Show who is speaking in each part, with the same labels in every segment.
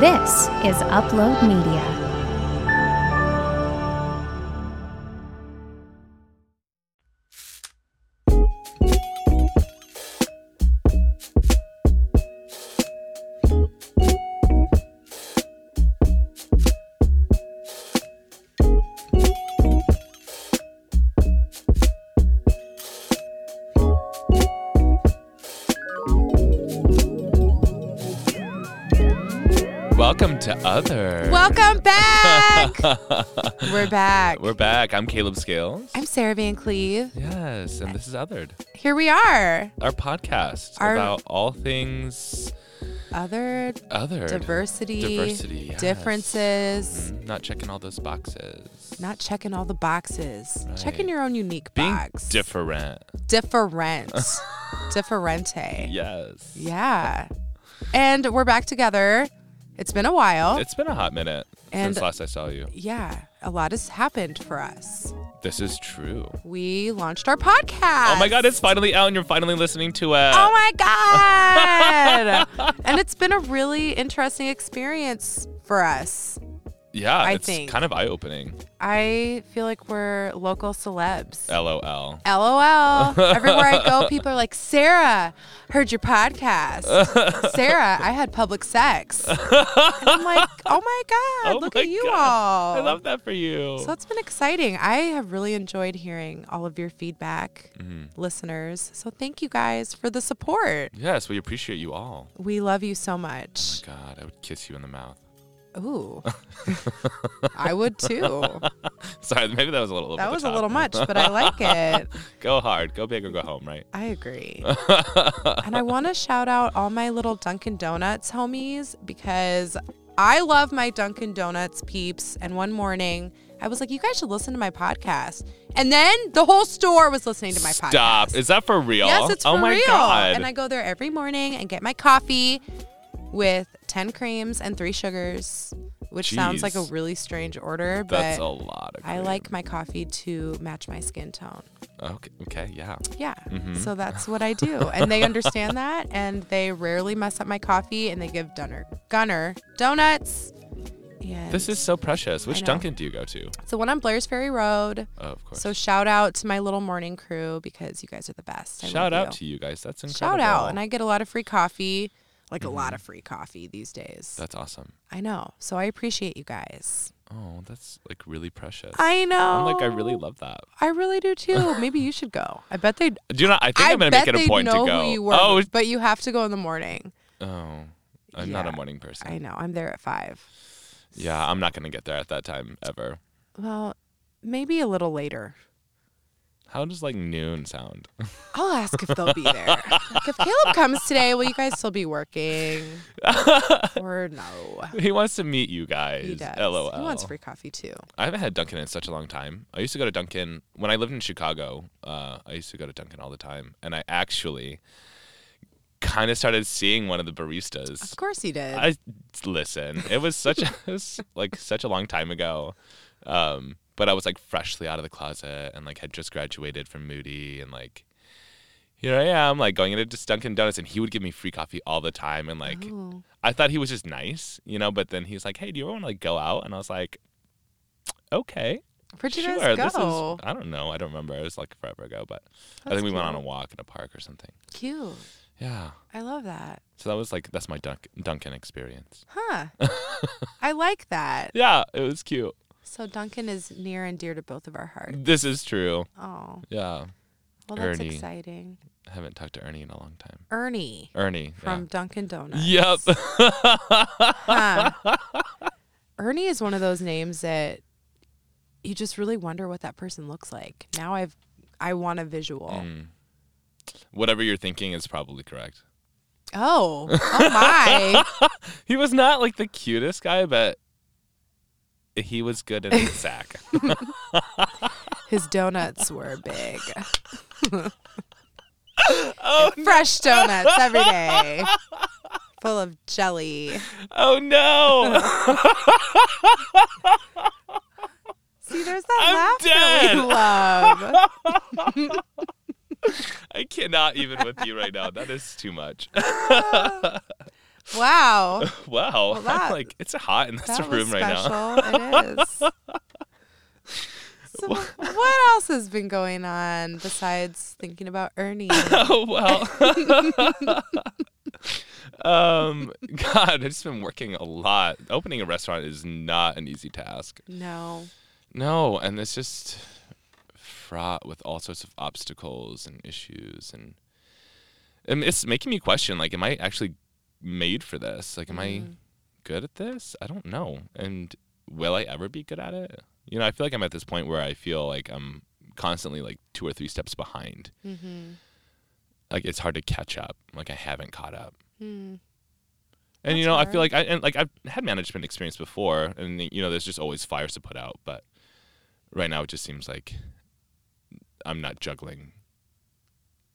Speaker 1: This is Upload Media.
Speaker 2: Welcome to Other.
Speaker 3: Welcome back. We're back.
Speaker 2: We're back. I'm Caleb Scales.
Speaker 3: I'm Sarah Van Cleve.
Speaker 2: yes, and this is Othered,
Speaker 3: Here we are.
Speaker 2: our podcast
Speaker 3: Our-
Speaker 2: about all things
Speaker 3: Other
Speaker 2: other.
Speaker 3: diversity,
Speaker 2: Diversity, yes. Mm.
Speaker 3: differences,
Speaker 2: Not checking all those boxes.
Speaker 3: not checking all the boxes, checking
Speaker 2: Right.
Speaker 3: your own unique
Speaker 2: being
Speaker 3: box.
Speaker 2: different.
Speaker 3: different, differente.
Speaker 2: Yes.
Speaker 3: Yeah. And we're back together. It's been a while.
Speaker 2: It's been a hot minute
Speaker 3: And-
Speaker 2: since last I saw you.
Speaker 3: yeah, a lot has happened for us.
Speaker 2: This is true.
Speaker 3: We launched our podcast.
Speaker 2: Oh my god, it's finally out and you're finally listening to it.
Speaker 3: Oh my God. and it's been a really interesting experience for us.
Speaker 2: yeah,
Speaker 3: I
Speaker 2: it's
Speaker 3: think.
Speaker 2: kind of eye opening.
Speaker 3: I feel like we're local celebs.
Speaker 2: Oh. LOL.
Speaker 3: LOL. Everywhere I go, people are like, Sarah, heard your podcast. Sarah, I had public sex. And I'm like, oh my God,
Speaker 2: Oh
Speaker 3: look
Speaker 2: my
Speaker 3: at you
Speaker 2: God.
Speaker 3: all.
Speaker 2: I love that for you.
Speaker 3: So that's been exciting. I have really enjoyed hearing all of your feedback,
Speaker 2: Mm-hmm.
Speaker 3: listeners. So thank you guys for the support.
Speaker 2: yes, we appreciate you all.
Speaker 3: We love you so much.
Speaker 2: God, I would kiss you in the mouth.
Speaker 3: Ooh. I would too.
Speaker 2: Sorry, maybe that was a little. over
Speaker 3: That
Speaker 2: the
Speaker 3: was a
Speaker 2: top.
Speaker 3: little much, but I like it.
Speaker 2: Go hard, go big or go home, right?
Speaker 3: I agree. and I want to shout out all my little Dunkin' Donuts homies because I love my Dunkin' Donuts peeps. And one morning, I was like, you guys should listen to my podcast. And then the whole store was listening to my podcast.
Speaker 2: Stop. Is that for real?
Speaker 3: Yes, it's
Speaker 2: oh
Speaker 3: for
Speaker 2: my
Speaker 3: real.
Speaker 2: god.
Speaker 3: And I go there every morning and get my coffee with 10 creams and three sugars, which sounds like a
Speaker 2: Jeez.
Speaker 3: really strange order,
Speaker 2: That's a
Speaker 3: but
Speaker 2: lot of.
Speaker 3: I
Speaker 2: cream.
Speaker 3: like my coffee to match my skin tone.
Speaker 2: Okay. Okay. Yeah.
Speaker 3: Yeah.
Speaker 2: Mm-hmm.
Speaker 3: So that's what I do. And they understand that and they rarely mess up my coffee and they give Dunner Gunner donuts. And
Speaker 2: This is so precious. Which
Speaker 3: know.
Speaker 2: Dunkin' do you go to?
Speaker 3: so one on Blairs Ferry Road.
Speaker 2: Oh, of course.
Speaker 3: So shout out to my little morning crew because you guys are the best. I
Speaker 2: Shout
Speaker 3: love
Speaker 2: out to you guys. That's
Speaker 3: Shout
Speaker 2: incredible. Mm-hmm.
Speaker 3: out. And I get a lot of free coffee. Like a lot of free coffee these days.
Speaker 2: That's awesome.
Speaker 3: I know. So I appreciate you guys.
Speaker 2: Oh, that's like really precious.
Speaker 3: I know.
Speaker 2: am like I really love that.
Speaker 3: I really do too. Maybe you should go. I bet they
Speaker 2: Do you know? I think
Speaker 3: I
Speaker 2: am gonna
Speaker 3: bet
Speaker 2: make it
Speaker 3: they
Speaker 2: a point
Speaker 3: know
Speaker 2: to go.
Speaker 3: who you were,
Speaker 2: Oh.
Speaker 3: but you have to go in the morning.
Speaker 2: Oh. I'm not a
Speaker 3: Yeah.
Speaker 2: morning person.
Speaker 3: I know. I'm there at five.
Speaker 2: yeah, I'm not gonna get there at that time ever.
Speaker 3: Well, maybe a little later.
Speaker 2: How does like noon sound?
Speaker 3: I'll ask if they'll be there. like if Caleb comes today, will you guys still be working? or no?
Speaker 2: he wants to meet you guys.
Speaker 3: He does.
Speaker 2: LOL.
Speaker 3: He wants free coffee too.
Speaker 2: I haven't had Dunkin' in such a long time. I used to go to Dunkin' when I lived in Chicago. Uh, I used to go to Dunkin' all the time, and I actually kind of started seeing one of the baristas.
Speaker 3: Of course he did.
Speaker 2: I listen. It was such a, it was like such a long time ago, um, but I was like freshly out of the closet and like had just graduated from Moody and like. Here I am, like going into just Dunkin' Donuts, and he would give me free coffee all the time. And like,
Speaker 3: Oh.
Speaker 2: I thought he was just nice, you know. But then he's like, "Hey, do you ever want to like go out?" And I was like, "Okay."
Speaker 3: Where'd you
Speaker 2: sure,
Speaker 3: guys
Speaker 2: This
Speaker 3: go?
Speaker 2: is, I don't know. I don't remember. It was like forever ago, but I
Speaker 3: That's
Speaker 2: think we went on
Speaker 3: cute.
Speaker 2: a walk in a park or something.
Speaker 3: Cute.
Speaker 2: Yeah.
Speaker 3: I love that.
Speaker 2: So that was like that's my Dunk- Duncan experience.
Speaker 3: Huh. I like that.
Speaker 2: Yeah, it was cute.
Speaker 3: So Duncan is near and dear to both of our hearts.
Speaker 2: This is true.
Speaker 3: Oh.
Speaker 2: Yeah,
Speaker 3: Well that's
Speaker 2: Ernie.
Speaker 3: exciting.
Speaker 2: I haven't talked to Ernie in a long time.
Speaker 3: Ernie
Speaker 2: Ernie
Speaker 3: from Dunkin' Donuts.
Speaker 2: Yeah. Yep.
Speaker 3: Huh. Um, Ernie is one of those names that you just really wonder what that person looks like. Now I've I want a visual.
Speaker 2: Mm. Whatever you're thinking is probably correct.
Speaker 3: Oh, oh my!
Speaker 2: He was not like the cutest guy, but he was good in the sack.
Speaker 3: His donuts were big,
Speaker 2: oh,
Speaker 3: fresh donuts every day, full of jelly.
Speaker 2: oh no.
Speaker 3: See, there's
Speaker 2: I'm
Speaker 3: that
Speaker 2: dead.
Speaker 3: laugh that we love.
Speaker 2: I cannot even with you right now. That is too much.
Speaker 3: Wow.
Speaker 2: wow. I'm
Speaker 3: that-
Speaker 2: like, it's hot in this
Speaker 3: That was
Speaker 2: room right now.
Speaker 3: special. it is. So what else has been going on besides thinking about Ernie?
Speaker 2: oh well. um, God, I've just been working a lot. Opening a restaurant is not an easy task.
Speaker 3: no.
Speaker 2: No, and it's just fraught with all sorts of obstacles and issues, and, and it's making me question: like, am I actually made for this? Like, am I good at this? I don't know, and will I ever be good at it? You know, I feel like I'm at this point where I feel like I'm constantly like two or three steps behind.
Speaker 3: Mm-hmm.
Speaker 2: Like, it's hard to catch up. Like, I haven't caught up.
Speaker 3: Hmm.
Speaker 2: And you
Speaker 3: That's
Speaker 2: know, I
Speaker 3: fair.
Speaker 2: feel like I and like I've had management experience before, and you know, there's just always fires to put out. But right now, it just seems like I'm not juggling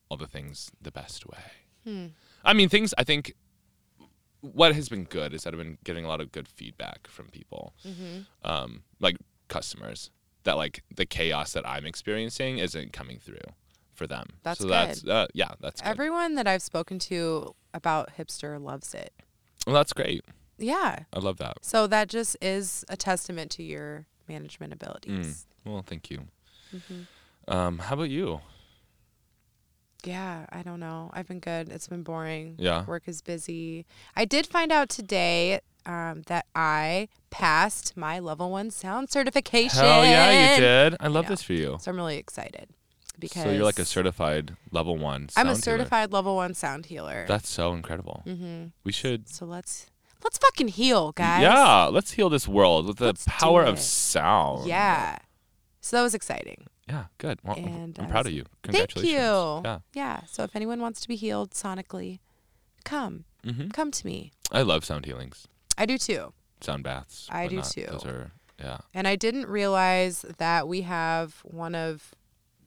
Speaker 2: all the things the best way.
Speaker 3: Hmm.
Speaker 2: I mean, things. I think what has been good is that I've been getting a lot of good feedback from people,
Speaker 3: Mm-hmm.
Speaker 2: um, like customers, that like the chaos that I'm experiencing isn't coming through for them.
Speaker 3: That's
Speaker 2: so That's uh, yeah, that's good.
Speaker 3: Everyone that I've spoken to about hipster loves it.
Speaker 2: well, that's great.
Speaker 3: Yeah.
Speaker 2: I love that.
Speaker 3: So that just is a testament to your management abilities.
Speaker 2: Well, thank you.
Speaker 3: Mm-hmm.
Speaker 2: Um, how about you?
Speaker 3: Yeah, I don't know. I've been good. It's been boring.
Speaker 2: Mm. Yeah.
Speaker 3: Work is busy. I did find out today um, that I passed my level one sound certification.
Speaker 2: Hell yeah, you did. I love
Speaker 3: know.
Speaker 2: this for you.
Speaker 3: So I'm really excited because
Speaker 2: So you're like a certified level one.
Speaker 3: I'm
Speaker 2: sound
Speaker 3: a
Speaker 2: healer.
Speaker 3: certified level one sound healer.
Speaker 2: That's so incredible. Mm-hmm. We should.
Speaker 3: so let's let's fucking heal, guys.
Speaker 2: Yeah, let's heal this world with the
Speaker 3: Let's do
Speaker 2: power of
Speaker 3: it.
Speaker 2: sound.
Speaker 3: Yeah. So that was exciting.
Speaker 2: Yeah, good. Well, I'm-
Speaker 3: And
Speaker 2: I'm
Speaker 3: I
Speaker 2: proud
Speaker 3: was-
Speaker 2: of you.
Speaker 3: Thank you.
Speaker 2: Congratulations.
Speaker 3: Yeah.
Speaker 2: Yeah.
Speaker 3: So if anyone wants to be healed sonically, come.
Speaker 2: Mhm.
Speaker 3: Come to me.
Speaker 2: I love sound healings,
Speaker 3: I do too.
Speaker 2: sound baths.
Speaker 3: I do
Speaker 2: whatnot.
Speaker 3: too.
Speaker 2: Those are, yeah.
Speaker 3: And I didn't realize that we have one of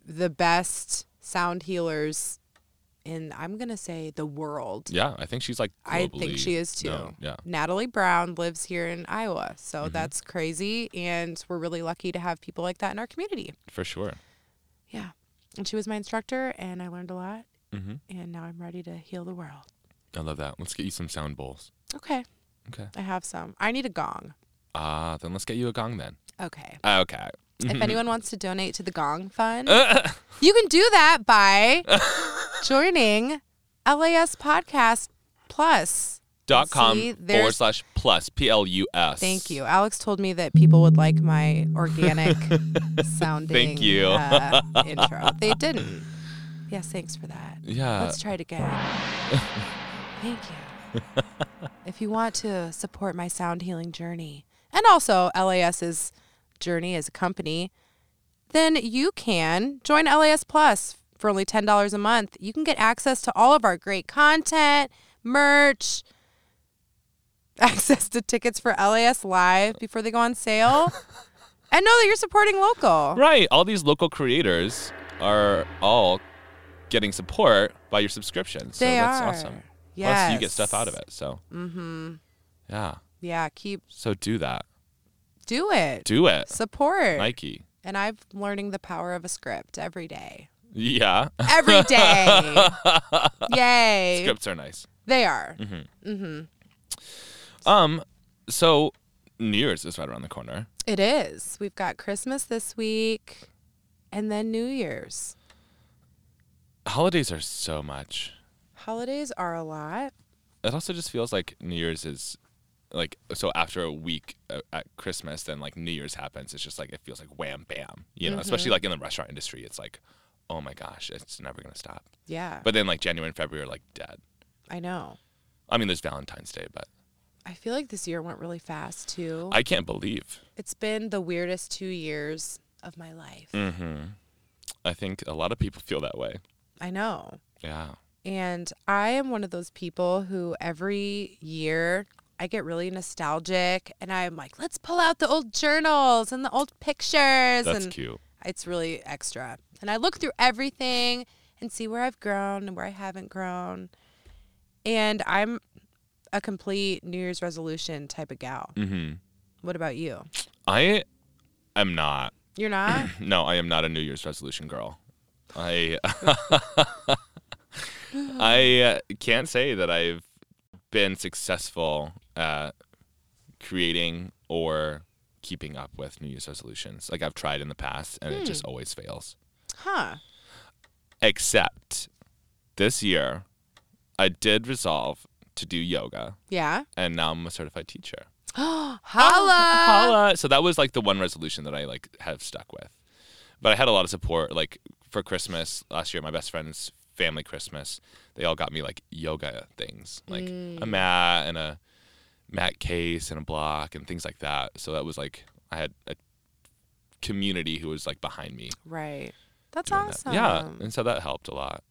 Speaker 3: the best sound healers in, I'm going to say, the world.
Speaker 2: Yeah, I think she's like.
Speaker 3: I think
Speaker 2: globally
Speaker 3: she is too.
Speaker 2: known. Yeah.
Speaker 3: Natalie Brown lives here in Iowa. So
Speaker 2: Mm-hmm.
Speaker 3: that's crazy. And we're really lucky to have people like that in our community.
Speaker 2: For sure.
Speaker 3: Yeah. And she was my instructor, and I learned a lot.
Speaker 2: Mm-hmm.
Speaker 3: And now I'm ready to heal the world.
Speaker 2: I love that. Let's get you some sound bowls.
Speaker 3: Okay.
Speaker 2: Okay.
Speaker 3: I have some. I need a gong.
Speaker 2: Ah, then let's get you a gong then.
Speaker 3: Okay.
Speaker 2: Ah, okay.
Speaker 3: If anyone wants to donate to the Gong Fund, you can do that by joining LAS Podcast Plus.
Speaker 2: dot com
Speaker 3: See,
Speaker 2: forward
Speaker 3: there's-
Speaker 2: slash plus p l u s.
Speaker 3: Thank you. Alex told me that people would like my organic sounding
Speaker 2: Thank you.
Speaker 3: uh, intro. They didn't. Yes, thanks for that.
Speaker 2: Yeah.
Speaker 3: Let's try it again. Thank you. if you want to support my sound healing journey and also LAS's journey as a company, then you can join LAS Plus for only $10 a month. You can get access to all of our great content, merch, access to tickets for LAS Live before they go on sale. and know that you're supporting local.
Speaker 2: Right. All these local creators are all getting support by your subscription. So
Speaker 3: They
Speaker 2: that's
Speaker 3: are.
Speaker 2: awesome. Plus, you get stuff out of
Speaker 3: Yes.
Speaker 2: it. So. Mm-hmm. Yeah.
Speaker 3: Yeah, keep
Speaker 2: So do that.
Speaker 3: do it.
Speaker 2: Do it,
Speaker 3: Support.
Speaker 2: Nike.
Speaker 3: And I'm learning the power of a script every day.
Speaker 2: Yeah.
Speaker 3: Every day. Yay.
Speaker 2: Scripts are nice.
Speaker 3: They are.
Speaker 2: Mm-hmm. Um. So, New Year's is right around the corner.
Speaker 3: It is. We've got Christmas this week and then New Year's.
Speaker 2: Holidays are so much.
Speaker 3: Holidays are a lot.
Speaker 2: it also just feels like New Year's is like so after a week uh, at Christmas, then like New Year's happens. It's just like it feels like wham bam, you know. Especially like in the restaurant industry, it's like, oh my gosh, it's never gonna stop.
Speaker 3: Yeah.
Speaker 2: But then like January and February are like dead.
Speaker 3: I know.
Speaker 2: I mean, there's Valentine's Day, but
Speaker 3: I feel like this year went really fast too.
Speaker 2: I can't believe.
Speaker 3: it's been the weirdest two years of my life.
Speaker 2: Mm. Mm-hmm. I think a lot of people feel that way.
Speaker 3: I know.
Speaker 2: Yeah.
Speaker 3: And I am one of those people who every year I get really nostalgic and I'm like, let's pull out the old journals and the old pictures.
Speaker 2: That's
Speaker 3: and
Speaker 2: cute.
Speaker 3: It's really extra. And I look through everything and see where I've grown and where I haven't grown. And I'm a complete New Year's resolution type of gal.
Speaker 2: hmm
Speaker 3: What about you?
Speaker 2: I am not.
Speaker 3: You're not?
Speaker 2: No, I am not a New Year's resolution girl. I I uh, can't say that I've been successful at creating or keeping up with New Year's resolutions. Like I've tried in the past and it just always fails.
Speaker 3: Huh.
Speaker 2: Except this year, I did resolve to do yoga
Speaker 3: Yeah.
Speaker 2: and now I'm a certified teacher. Oh,
Speaker 3: Holla.
Speaker 2: Holla. So that was like the one resolution that I like have stuck with. But I had a lot of support like for Christmas last year my best friend's family Christmas. They all got me like yoga things, like
Speaker 3: Mm.
Speaker 2: a mat and a mat case and a block and things like that. So that was like I had a community who was like behind me.
Speaker 3: Right. That's
Speaker 2: doing that.
Speaker 3: awesome.
Speaker 2: Yeah, and so that helped a lot.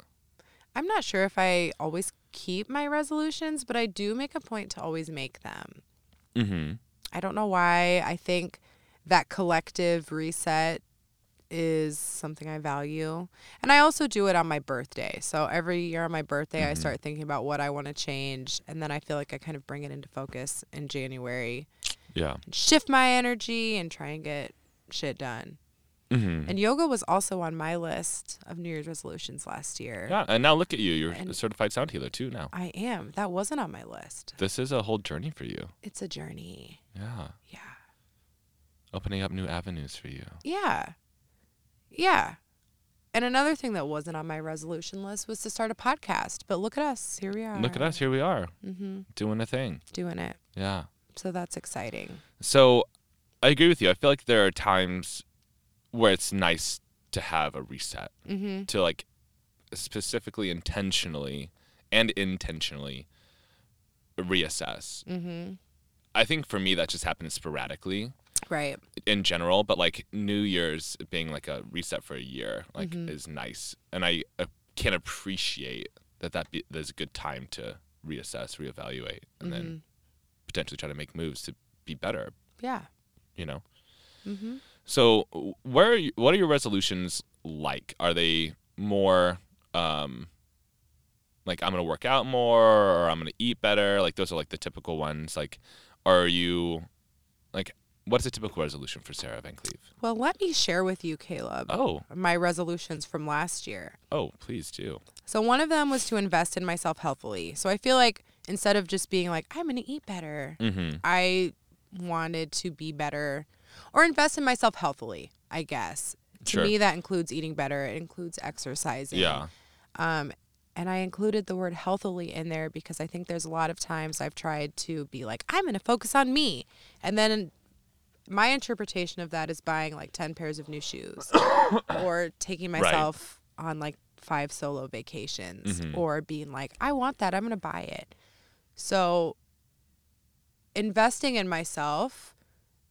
Speaker 3: I'm not sure if I always keep my resolutions, but I do make a point to always make them.
Speaker 2: Mhm.
Speaker 3: I don't know why. I think that collective reset is something I value. And I also do it on my birthday. So every year on my birthday, I start thinking about what I want to change. And then I feel like I kind of bring it into focus in January
Speaker 2: Yeah.
Speaker 3: and shift my energy and try and get shit done.
Speaker 2: Mhm.
Speaker 3: And yoga was also on my list of New Year's resolutions last year.
Speaker 2: Yeah, and now look at you. You're a
Speaker 3: And-
Speaker 2: certified sound healer too now.
Speaker 3: I am. That wasn't on my list.
Speaker 2: This is a whole journey for you.
Speaker 3: It's a journey.
Speaker 2: Yeah.
Speaker 3: Yeah.
Speaker 2: Opening up new avenues for you.
Speaker 3: Yeah. Yeah. And another thing that wasn't on my resolution list was to start a podcast. But look at us. Here we are.
Speaker 2: Look at us. Here we are
Speaker 3: Mm-hmm.
Speaker 2: doing a thing.
Speaker 3: Doing it.
Speaker 2: Yeah.
Speaker 3: So that's exciting.
Speaker 2: So I agree with you. I feel like there are times where it's nice to have a reset,
Speaker 3: Mm-hmm.
Speaker 2: to like specifically intentionally and intentionally reassess.
Speaker 3: Mm-hmm.
Speaker 2: I think for me, that just happens sporadically
Speaker 3: Right.
Speaker 2: in general, but like New Year's being like a reset for a year, like is nice. And I uh, can appreciate that that be, there's a good time to reassess, reevaluate, and then potentially try to make moves to be better,
Speaker 3: Yeah.
Speaker 2: you know?
Speaker 3: Mm-hmm.
Speaker 2: So, w- where are you, what are your resolutions like? Are they more um, like I'm going to work out more or I'm going to eat better? Like those are like the typical ones. Like, are you like what's a typical resolution for Sarah Van Cleve?
Speaker 3: Well, let me share with you, Caleb,
Speaker 2: Oh,
Speaker 3: my resolutions from last year.
Speaker 2: oh, please do.
Speaker 3: So one of them was to invest in myself healthily. So I feel like instead of just being like, I'm going to eat better,
Speaker 2: Mm-hmm.
Speaker 3: I wanted to be better or invest in myself healthily, I guess. To
Speaker 2: Sure.
Speaker 3: me, that includes eating better, it includes exercising.
Speaker 2: Yeah.
Speaker 3: Um, and I included the word healthily in there because I think there's a lot of times I've tried to be like, I'm going to focus on me. And then my interpretation of that is buying like 10 pairs of new shoes or taking myself on like five solo vacations or being like, I want that. I'm going to buy it. So investing in myself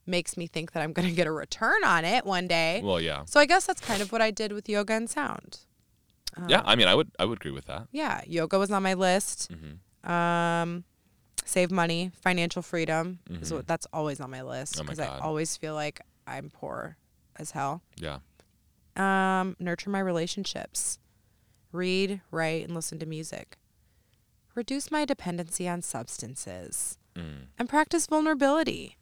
Speaker 3: makes me think that I'm going to get a return on it one day.
Speaker 2: Well, yeah.
Speaker 3: So I guess that's kind of what I did with yoga and sound. Um,
Speaker 2: yeah, I mean, I would I would agree with that.
Speaker 3: Yeah, yoga was on my list.
Speaker 2: Mm-hmm.
Speaker 3: Um, save money, financial freedom is what that's always on my list
Speaker 2: Mm-hmm. Oh my
Speaker 3: because I
Speaker 2: God.
Speaker 3: always feel like I'm poor as hell.
Speaker 2: Yeah.
Speaker 3: Um, nurture my relationships, read, write, and listen to music. Reduce my dependency on substances
Speaker 2: Mm.
Speaker 3: and practice vulnerability.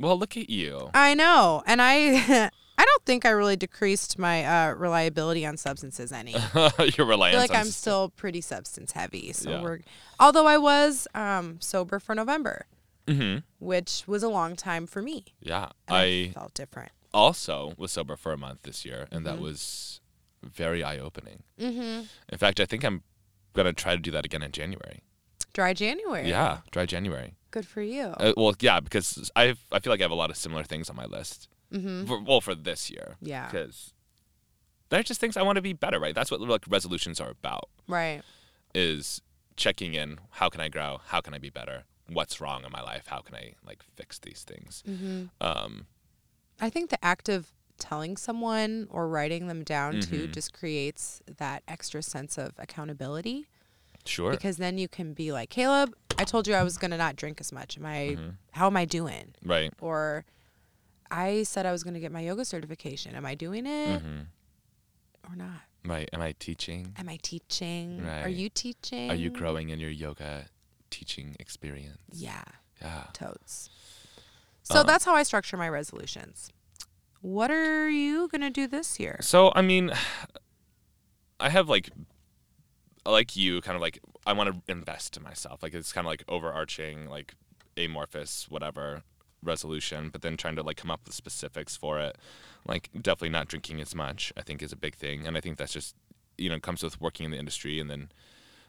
Speaker 2: Well, look at you.
Speaker 3: I know, and I, I don't think I really decreased my uh, reliability on substances any.
Speaker 2: Your
Speaker 3: I feel
Speaker 2: reliance
Speaker 3: like
Speaker 2: on
Speaker 3: I'm
Speaker 2: s-
Speaker 3: still pretty substance heavy. So
Speaker 2: Yeah.
Speaker 3: we're, although I was um, sober for November,
Speaker 2: Mhm.
Speaker 3: which was a long time for me.
Speaker 2: Yeah.
Speaker 3: And
Speaker 2: I
Speaker 3: felt different.
Speaker 2: also was sober for a month this year, and that was very eye opening.
Speaker 3: Mm-hmm.
Speaker 2: In fact, I think I'm gonna try to do that again in January.
Speaker 3: Dry January.
Speaker 2: Yeah, dry January.
Speaker 3: Good for you.
Speaker 2: Uh, well, yeah, because I I feel like I have a lot of similar things on my list.
Speaker 3: mm-hmm.
Speaker 2: For, well, for this year,
Speaker 3: Yeah.
Speaker 2: because they're just things I want to be better. Right, that's what like resolutions are about:
Speaker 3: Right.
Speaker 2: is checking in. How can I grow? How can I be better? What's wrong in my life? How can I like fix these things?
Speaker 3: Mm-hmm.
Speaker 2: Um,
Speaker 3: I think the act of telling someone or writing them down too
Speaker 2: Mhm.
Speaker 3: just creates that extra sense of accountability
Speaker 2: sure.
Speaker 3: because then you can be like, Caleb, I told you I was gonna not drink as much. Am I?
Speaker 2: Mm-hmm.
Speaker 3: How am I doing?
Speaker 2: right.
Speaker 3: Or I said I was gonna get my yoga certification. Am I doing it?
Speaker 2: hmm
Speaker 3: or not?
Speaker 2: Right. Am I teaching?
Speaker 3: Am I teaching? Are
Speaker 2: Right.
Speaker 3: you teaching?
Speaker 2: Are you growing in your yoga teaching experience?
Speaker 3: Yeah,
Speaker 2: Yeah.
Speaker 3: totes. So
Speaker 2: Uh-huh.
Speaker 3: that's how I structure my resolutions. What are you gonna do this year?
Speaker 2: So I mean, I have like, like you, kind of like I want to invest in myself. Like it's kind of like overarching, like amorphous, whatever resolution, but then trying to like come up with specifics for it. Like definitely not drinking as much, I think is a big thing. And I think that's just, you know, comes with working in the industry and then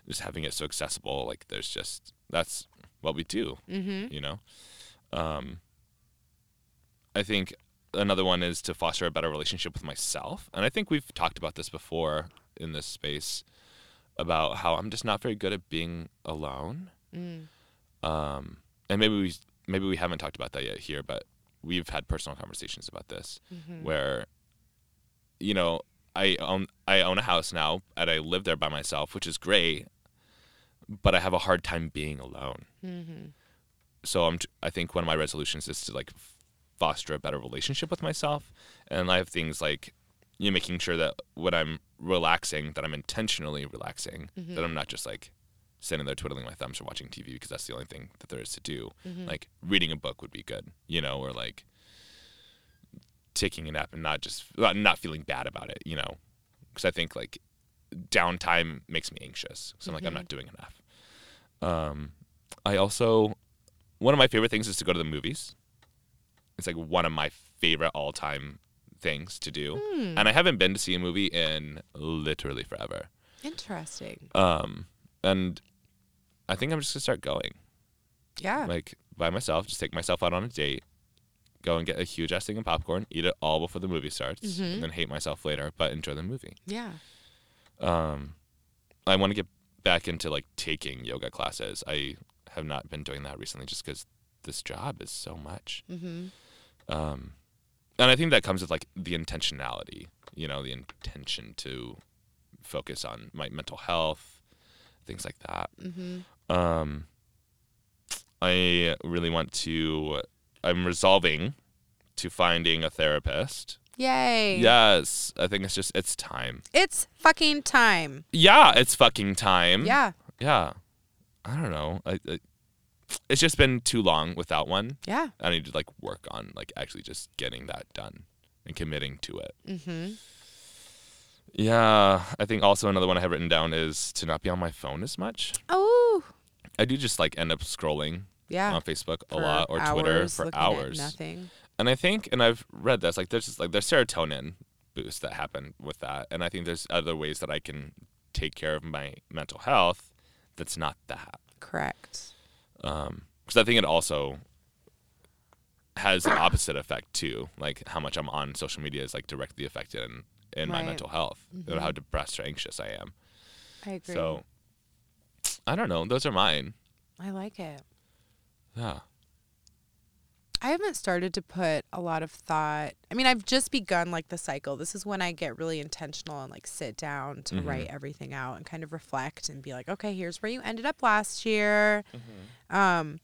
Speaker 2: just having it so accessible. Like there's just, that's what we do,
Speaker 3: Mm-hmm.
Speaker 2: you know? Um, I think another one is to foster a better relationship with myself. And I think we've talked about this before in this space about how I'm just not very good at being alone.
Speaker 3: Mm.
Speaker 2: Um, and maybe we maybe we haven't talked about that yet here, but we've had personal conversations about this
Speaker 3: Mm-hmm.
Speaker 2: where you know I own I own a house now and I live there by myself, which is great, but I have a hard time being alone.
Speaker 3: Mm-hmm.
Speaker 2: So I'm t- I think one of my resolutions is to like f- foster a better relationship with myself, and I have things like you know, making sure that when I'm relaxing, that I'm intentionally relaxing, that I'm not just like sitting there twiddling my thumbs or watching TV because that's the only thing that there is to do. Like reading a book would be good, you know, or like taking a nap and not just not not feeling bad about it, you know, because I think like downtime makes me anxious. So I'm like I'm not doing enough. Um, I also one of my favorite things is to go to the movies. It's like one of my favorite all time things to do, and I haven't been to see a movie in literally forever.
Speaker 3: Interesting.
Speaker 2: Um, and I think I'm just gonna start going
Speaker 3: Yeah.
Speaker 2: like by myself, just take myself out on a date, go and get a huge ass thing of popcorn, eat it all before the movie starts,
Speaker 3: Mhm.
Speaker 2: and then hate myself later, but enjoy the movie.
Speaker 3: yeah.
Speaker 2: Um, I want to get back into like taking yoga classes. I have not been doing that recently just because this job is so much.
Speaker 3: Mm-hmm.
Speaker 2: Um, and I think that comes with like the intentionality, you know, the intention to focus on my mental health, things like that.
Speaker 3: Mm-hmm.
Speaker 2: Um, I really want to. I'm resolving to finding a therapist.
Speaker 3: Yay.
Speaker 2: Yes, I think it's just it's time.
Speaker 3: It's fucking time.
Speaker 2: Yeah, it's fucking time.
Speaker 3: Yeah.
Speaker 2: yeah. I don't know. I, I, it's just been too long without one.
Speaker 3: Yeah.
Speaker 2: I need to like work on like actually just getting that done and committing to it.
Speaker 3: Mm-hmm.
Speaker 2: Yeah, I think also another one I have written down is to not be on my phone as much.
Speaker 3: Oh.
Speaker 2: I do just like end up scrolling
Speaker 3: Yeah.
Speaker 2: on Facebook a
Speaker 3: Ah. For
Speaker 2: lot or Twitter
Speaker 3: hours
Speaker 2: for
Speaker 3: looking at
Speaker 2: hours.
Speaker 3: Nothing.
Speaker 2: and I think, and I've read this, like there's just like there's serotonin boost that happened with that, and I think there's other ways that I can take care of my mental health that's not that,
Speaker 3: Correct.
Speaker 2: because Um, I think it also has the opposite effect too, like how much I'm on social media is like directly affected in, in my
Speaker 3: Right. Mm-hmm.
Speaker 2: mental health, or how depressed or anxious I am.
Speaker 3: I agree.
Speaker 2: So I don't know, those are mine.
Speaker 3: I like it.
Speaker 2: Yeah.
Speaker 3: I haven't started to put a lot of thought. I mean, I've just begun like the cycle. This is when I get really intentional and like sit down to write everything out and kind of reflect and be like, okay, here's where you ended up last year. Um,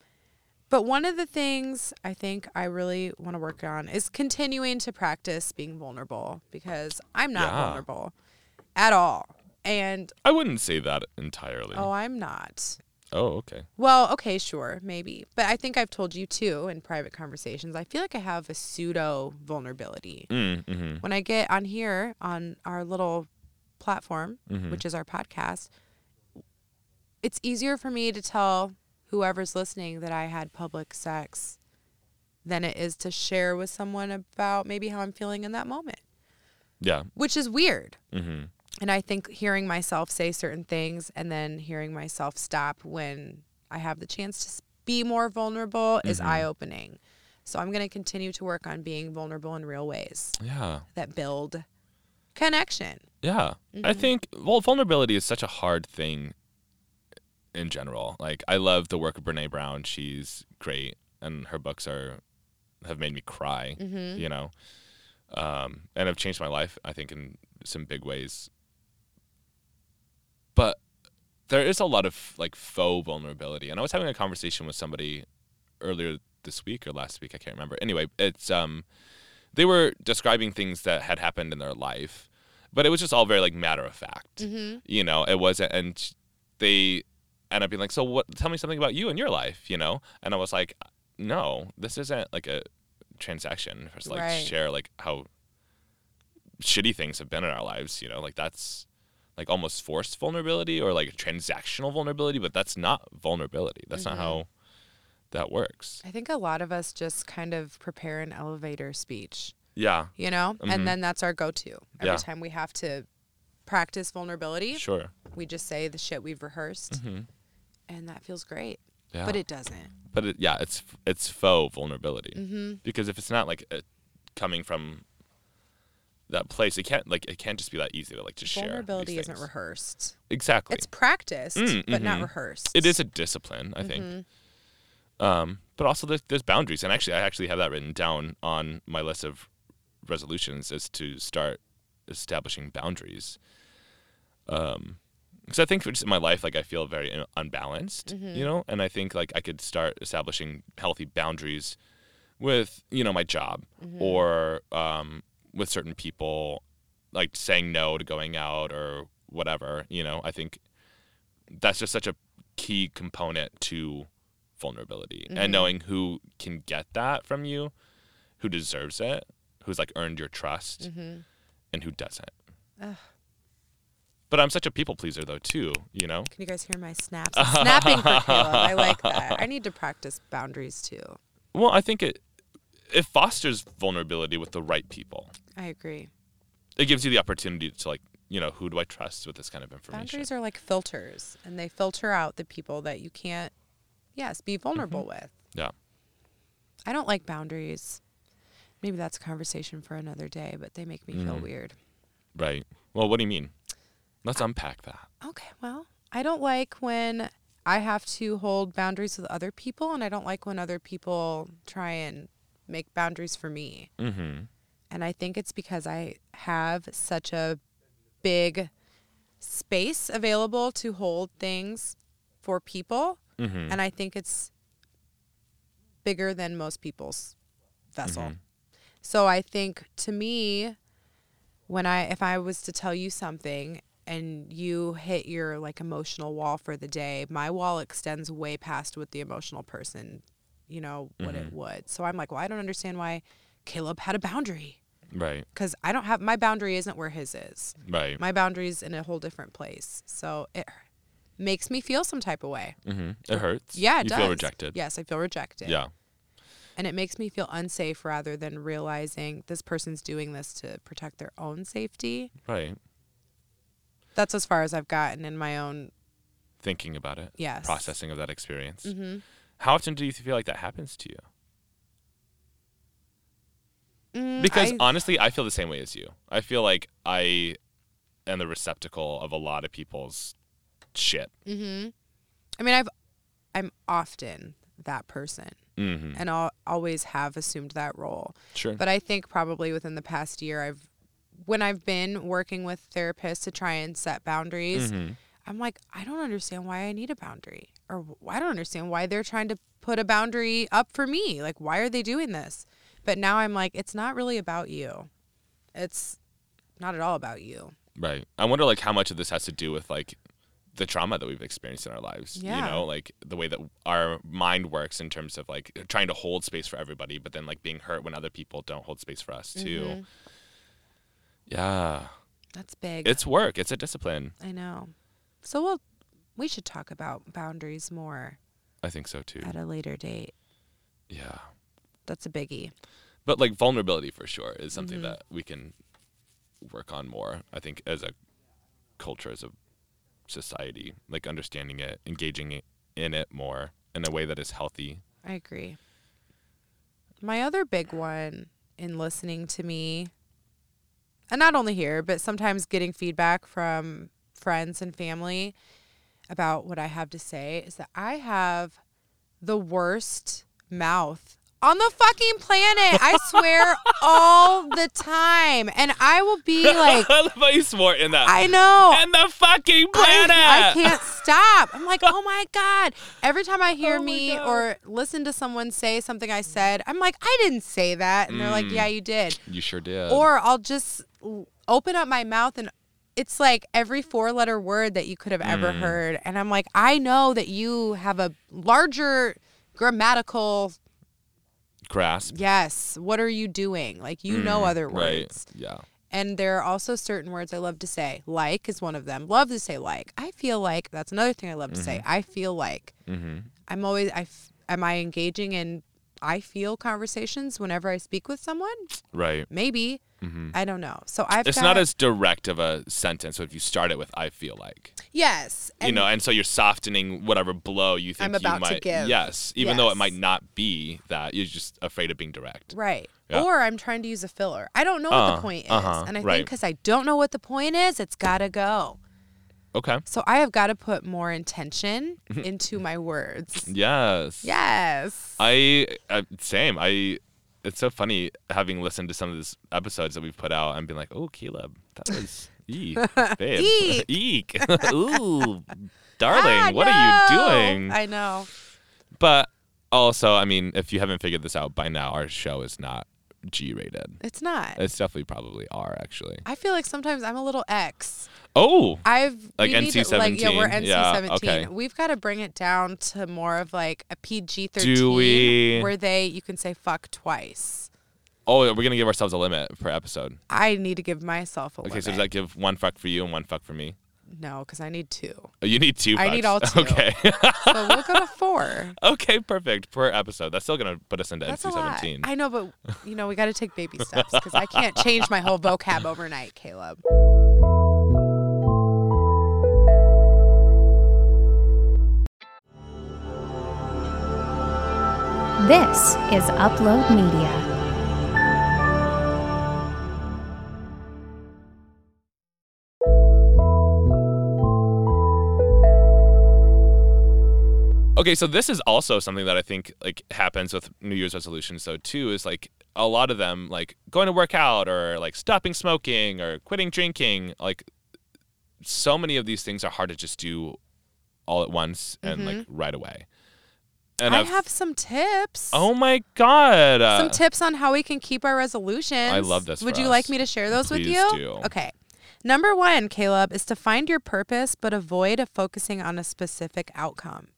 Speaker 3: but one of the things I think I really want to work on is continuing to practice being vulnerable because I'm not
Speaker 2: Yeah.
Speaker 3: vulnerable at all. And
Speaker 2: I wouldn't say that entirely.
Speaker 3: oh, I'm not.
Speaker 2: oh okay.
Speaker 3: Well, okay, sure, maybe. But I think I've told you too in private conversations. I feel like I have a pseudo vulnerability.
Speaker 2: Mm, hmm
Speaker 3: When I get on here on our little platform, which is our podcast, it's easier for me to tell whoever's listening that I had public sex than it is to share with someone about maybe how I'm feeling in that moment,
Speaker 2: Yeah.
Speaker 3: which is weird.
Speaker 2: Mm-hmm.
Speaker 3: And I think hearing myself say certain things and then hearing myself stop when I have the chance to s- be more vulnerable is
Speaker 2: Mm-hmm.
Speaker 3: eye opening. So I'm going to continue to work on being vulnerable in real ways
Speaker 2: Yeah.
Speaker 3: that build connection.
Speaker 2: Yeah. I
Speaker 3: Mm-hmm.
Speaker 2: think well vulnerability is such a hard thing in general. Like I love the work of Brené Brown. She's great and her books are have made me cry,
Speaker 3: Mm-hmm.
Speaker 2: you know. Um and have changed my life I think in some big ways. But there is a lot of like faux vulnerability. And I was having a conversation with somebody earlier this week or last week, I can't remember. Anyway, it's um they were describing things that had happened in their life, but it was just all very like matter of fact.
Speaker 3: Mm-hmm.
Speaker 2: You know, it wasn't, and sh- they end up being like, "So what? Tell me something about you and your life." You know, and I was like, "No, this isn't like a transaction. Just like
Speaker 3: Right.
Speaker 2: share like how shitty things have been in our lives. You know, like that's like almost forced vulnerability or like transactional vulnerability, but that's not vulnerability. That's
Speaker 3: Mm-hmm.
Speaker 2: not how that works.
Speaker 3: I think a lot of us just kind of prepare an elevator speech,
Speaker 2: Yeah,
Speaker 3: you know?
Speaker 2: Mhm.
Speaker 3: And then that's our go to. Every
Speaker 2: Yeah.
Speaker 3: time we have to practice vulnerability,
Speaker 2: sure. Mm-hmm.
Speaker 3: we just say the shit we've rehearsed, and that feels great.
Speaker 2: Yeah.
Speaker 3: But it doesn't.
Speaker 2: but it, yeah, it's it's faux vulnerability
Speaker 3: Mm-hmm.
Speaker 2: because if it's not like uh coming from that place, it can't like it can't just be that easy to like just share. these
Speaker 3: Vulnerability isn't
Speaker 2: things.
Speaker 3: rehearsed.
Speaker 2: Exactly,
Speaker 3: It's practiced,
Speaker 2: Mm,
Speaker 3: but not
Speaker 2: mhm.
Speaker 3: rehearsed.
Speaker 2: it is a discipline, I think. Um, but also there's, there's boundaries, and actually I actually have that written down on my list of resolutions is to start establishing boundaries. Um, because I think just in my life, like I feel very un- unbalanced, you know, and I think like I could start establishing healthy boundaries with you know my job or um with certain people, like saying no to going out or whatever, you know. I think that's just such a key component to vulnerability
Speaker 3: Mm-hmm.
Speaker 2: and knowing who can get that from you who deserves it who's like earned your trust and who doesn't
Speaker 3: Mm-hmm. Ugh.
Speaker 2: but i'm such a people pleaser though too you know
Speaker 3: Can you guys hear my snaps? I'm snapping for Caleb. I like that. I need to practice boundaries too.
Speaker 2: well i think it it fosters vulnerability with the right people
Speaker 3: I agree.
Speaker 2: it gives you the opportunity to like you know who do i trust with this kind of information
Speaker 3: Boundaries are like filters, and they filter out the people that you can't, yes, be vulnerable with.
Speaker 2: yeah
Speaker 3: I don't like boundaries. Maybe that's a conversation for another day, but they make me feel weird.
Speaker 2: right well what do you mean let's unpack that
Speaker 3: Okay, well, I don't like when I have to hold boundaries with other people, and I don't like when other people try and make boundaries for me.
Speaker 2: mm-hmm
Speaker 3: And I think it's because I have such a big space available to hold things for people.
Speaker 2: Mhm.
Speaker 3: And I think it's bigger than most people's vessel. So I think to me, when I, if I was to tell you something and you hit your like emotional wall for the day, my wall extends way past what the emotional person, you know, what
Speaker 2: Mm-hmm.
Speaker 3: it would. So I'm like, well, I don't understand why Caleb had a boundary
Speaker 2: right
Speaker 3: because I don't have my boundary isn't where his is.
Speaker 2: right
Speaker 3: My boundary's in a whole different place. So it makes me feel some type of way.
Speaker 2: Mm-hmm. It hurts.
Speaker 3: Yeah, it
Speaker 2: you
Speaker 3: does.
Speaker 2: feel rejected.
Speaker 3: Yes, I feel rejected.
Speaker 2: Yeah.
Speaker 3: And it makes me feel unsafe rather than realizing this person's doing this to protect their own safety.
Speaker 2: Right.
Speaker 3: That's as far as I've gotten in my own
Speaker 2: Thinking about it.
Speaker 3: Yes.
Speaker 2: Processing of that experience. Mm-hmm. How often do you feel like that happens to you?
Speaker 3: Mm,
Speaker 2: Because
Speaker 3: I-
Speaker 2: honestly, I feel the same way as you. I feel like I am the receptacle of a lot of people's shit.
Speaker 3: Mm. mm-hmm. I mean, I've I'm often that person
Speaker 2: Mm-hmm.
Speaker 3: and I'll always have assumed that role.
Speaker 2: Sure.
Speaker 3: But I think probably within the past year, I've when I've been working with therapists to try and set boundaries, I'm like, I don't understand why I need a boundary, or "Wh- I don't understand why they're trying to put a boundary up for me. Like, why are they doing this? But now I'm like, it's not really about you. It's not at all about you.
Speaker 2: Right. I wonder like how much of this has to do with like the trauma that we've experienced in our lives. You
Speaker 3: Yeah.
Speaker 2: know, like the way that our mind works in terms of like trying to hold space for everybody, but then like being hurt when other people don't hold space for us too. Yeah.
Speaker 3: That's big.
Speaker 2: It's work. It's a discipline.
Speaker 3: I know. So we'll we should talk about boundaries more
Speaker 2: I think so too.
Speaker 3: at a later date.
Speaker 2: Yeah.
Speaker 3: That's a biggie.
Speaker 2: But like vulnerability for sure is something that we can work on more. I think as a culture, as a society, like understanding it, engaging it, in it more in a way that is healthy.
Speaker 3: I agree. My other big one in listening to me, and not only here, but sometimes getting feedback from friends and family about what I have to say, is that I have the worst mouth on the fucking planet. I swear all the time. And I will be like,
Speaker 2: I love how you swore in that.
Speaker 3: I know.
Speaker 2: and the fucking planet.
Speaker 3: I, I can't stop. I'm like, oh my God. Every time I hear
Speaker 2: Oh my
Speaker 3: me
Speaker 2: God.
Speaker 3: or listen to someone say something I said, I'm like, I didn't say that. And they're
Speaker 2: Mm.
Speaker 3: like, yeah, you did.
Speaker 2: You sure did.
Speaker 3: Or I'll just l- open up my mouth and it's like every four letter word that you could have ever
Speaker 2: Mm.
Speaker 3: heard. And I'm like, I know that you have a larger grammatical,
Speaker 2: grasp.
Speaker 3: yes, what are you doing? Like, you know other
Speaker 2: Mm, Right.
Speaker 3: words.
Speaker 2: Yeah.
Speaker 3: And there are also certain words I love to say. Like is one of them. Love to say like. I feel like that's another thing I love to say. I feel like.
Speaker 2: Mm-hmm.
Speaker 3: I'm always I f- am I engaging in I feel conversations whenever I speak with someone?
Speaker 2: Right.
Speaker 3: Maybe.
Speaker 2: Mhm.
Speaker 3: I don't know. So I've
Speaker 2: It's
Speaker 3: got,
Speaker 2: not as direct of a sentence. So if you start it with "I feel like,"
Speaker 3: yes.
Speaker 2: you
Speaker 3: and-
Speaker 2: know, and so you're softening whatever blow you think
Speaker 3: I'm about
Speaker 2: you
Speaker 3: to
Speaker 2: might.
Speaker 3: give.
Speaker 2: Yes, even though
Speaker 3: Yes.
Speaker 2: it might not be that, you're just afraid of being direct.
Speaker 3: right.
Speaker 2: Yeah.
Speaker 3: Or I'm trying to use a filler. I don't know what
Speaker 2: Uh,
Speaker 3: the point is,
Speaker 2: uh-huh,
Speaker 3: and I
Speaker 2: right.
Speaker 3: think because I don't know what the point is, it's gotta go.
Speaker 2: Okay.
Speaker 3: So I have got to put more intention
Speaker 2: Mm-hmm.
Speaker 3: into my words.
Speaker 2: Yes.
Speaker 3: Yes.
Speaker 2: I uh, same. I it's so funny having listened to some of these episodes that we've put out and been like, oh, Caleb, that was eek, babe,
Speaker 3: Eek.
Speaker 2: eek, ooh, darling,
Speaker 3: Ah,
Speaker 2: what
Speaker 3: no.
Speaker 2: are you doing?
Speaker 3: I know.
Speaker 2: but also, I mean, if you haven't figured this out by now, our show is not G-rated.
Speaker 3: It's not.
Speaker 2: It's definitely probably R, actually.
Speaker 3: I feel like sometimes I'm a little X.
Speaker 2: Oh,
Speaker 3: I've
Speaker 2: Like
Speaker 3: we need to- Like, yeah, we're
Speaker 2: NC-17?
Speaker 3: NC
Speaker 2: Yeah,
Speaker 3: seventeen.
Speaker 2: okay.
Speaker 3: We've got to bring it down to more of like a PG thirteen,
Speaker 2: Do we-
Speaker 3: where they you can say fuck twice.
Speaker 2: oh, we're gonna give ourselves a limit per episode.
Speaker 3: I need to give myself a
Speaker 2: Okay,
Speaker 3: limit.
Speaker 2: so does that give one fuck for you and one fuck for me?
Speaker 3: no, because I need two.
Speaker 2: Oh, you need two.
Speaker 3: I need
Speaker 2: fucks.
Speaker 3: all two.
Speaker 2: Okay.
Speaker 3: So we'll go to four.
Speaker 2: Okay, perfect. Per episode. That's still going to put us into
Speaker 3: That's a
Speaker 2: NC
Speaker 3: lot.
Speaker 2: 17.
Speaker 3: I know, but you know we got to take baby steps because I can't change my whole vocab overnight, Caleb.
Speaker 1: This is Upload Media.
Speaker 2: Okay, so this is also something that I think like happens with New Year's resolutions though too is like a lot of them like going to work out or like stopping smoking or quitting drinking, like so many of these things are hard to just do all at once and like right away. And
Speaker 3: Mm-hmm. I
Speaker 2: I've-
Speaker 3: have some tips.
Speaker 2: Oh my god. uh,
Speaker 3: some tips on how we can keep our resolutions.
Speaker 2: I love this for
Speaker 3: Would you
Speaker 2: us.
Speaker 3: like me to share those with
Speaker 2: Please
Speaker 3: you?
Speaker 2: do.
Speaker 3: Okay. Number one, Caleb, is to find your purpose, but avoid focusing on a specific outcome.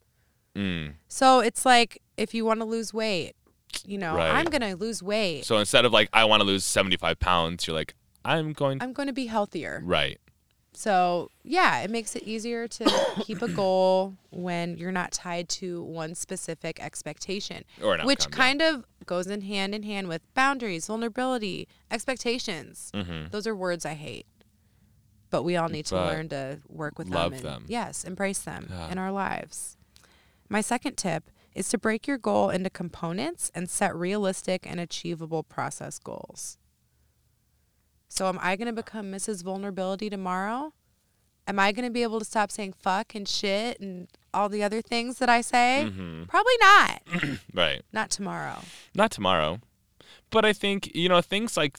Speaker 2: mm.
Speaker 3: So it's like if you want to lose weight, you know,
Speaker 2: Right.
Speaker 3: I'm going to lose weight.
Speaker 2: So instead of like I want to lose 75 pounds, you're like I'm going
Speaker 3: I'm going to be healthier.
Speaker 2: right.
Speaker 3: So, yeah, it makes it easier to keep a goal when you're not tied to one specific expectation,
Speaker 2: Or an
Speaker 3: which
Speaker 2: outcome, yeah.
Speaker 3: kind of goes in hand in hand with boundaries, vulnerability, expectations. Those are words I hate, but we all need to
Speaker 2: Mm-hmm. But
Speaker 3: learn to work with
Speaker 2: love
Speaker 3: them, and,
Speaker 2: them.
Speaker 3: Yes, embrace them
Speaker 2: Yeah.
Speaker 3: in our lives. My second tip is to break your goal into components and set realistic and achievable process goals. So, am I going to become Mrs. Vulnerability tomorrow? Am I going to be able to stop saying fuck and shit and all the other things that I say?
Speaker 2: Mm-hmm.
Speaker 3: Probably not.
Speaker 2: Right.
Speaker 3: not tomorrow.
Speaker 2: not tomorrow but i think you know things like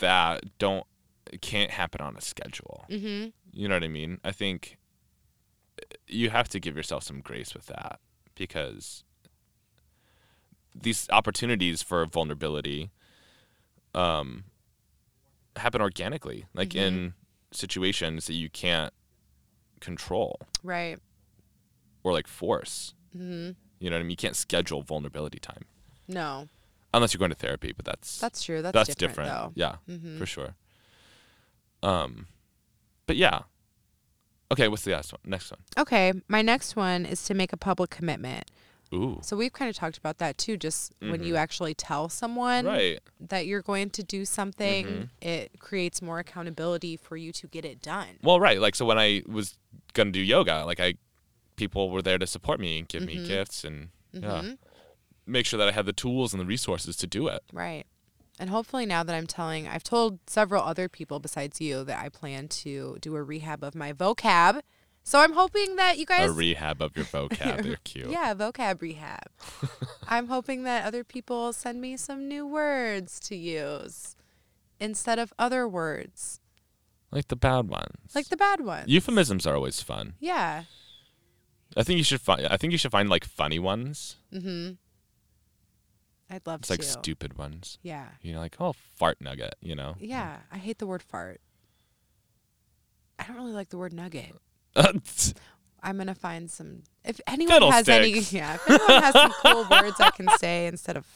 Speaker 2: that don't can't happen on a schedule
Speaker 3: Mm-hmm.
Speaker 2: you know what i mean i think eh, you have to give yourself some grace with that because these opportunities for vulnerability um happen organically like
Speaker 3: Mm-hmm.
Speaker 2: in situations that you can't control
Speaker 3: Right.
Speaker 2: or like force
Speaker 3: Mm-hmm.
Speaker 2: you know what i mean you can't schedule vulnerability time
Speaker 3: No,
Speaker 2: unless you're going to therapy but that's
Speaker 3: that's true. That's,
Speaker 2: that's,
Speaker 3: different,
Speaker 2: different,
Speaker 3: though.
Speaker 2: yeah
Speaker 3: Mm-hmm.
Speaker 2: for sure. Um, but yeah. Okay, what's the last one? Next one.
Speaker 3: Okay, my next one is to make a public commitment.
Speaker 2: Ooh,
Speaker 3: So we've kind of talked about that too. Just when you actually tell someone
Speaker 2: Mm-hmm. right. Mm-hmm.
Speaker 3: that you're going to do something, it creates more accountability for you to get it done.
Speaker 2: Well, right. Like so, when I was gonna do yoga, like I, people were there to support me and give
Speaker 3: Mm-hmm.
Speaker 2: me gifts and yeah, make sure that I had the tools and the resources to do it.
Speaker 3: Right. And hopefully now that I'm telling, I've told several other people besides you that I plan to do a rehab of my vocab. So I'm hoping that you guys
Speaker 2: A rehab of your vocab. They're cute.
Speaker 3: Yeah, vocab rehab. I'm hoping that other people send me some new words to use instead of other words,
Speaker 2: Like the bad ones.
Speaker 3: like the bad ones.
Speaker 2: euphemisms are always fun.
Speaker 3: yeah.
Speaker 2: I think you should find. I think you should find like funny ones.
Speaker 3: Mm-hmm. I'd love
Speaker 2: It's
Speaker 3: to.
Speaker 2: like stupid ones.
Speaker 3: Yeah.
Speaker 2: You know, like oh fart nugget. You know.
Speaker 3: Yeah. I hate the word fart. I don't really like the word nugget. I'm gonna find some if anyone has any
Speaker 2: Fiddlesticks.
Speaker 3: yeah, if anyone has some cool words I can say instead of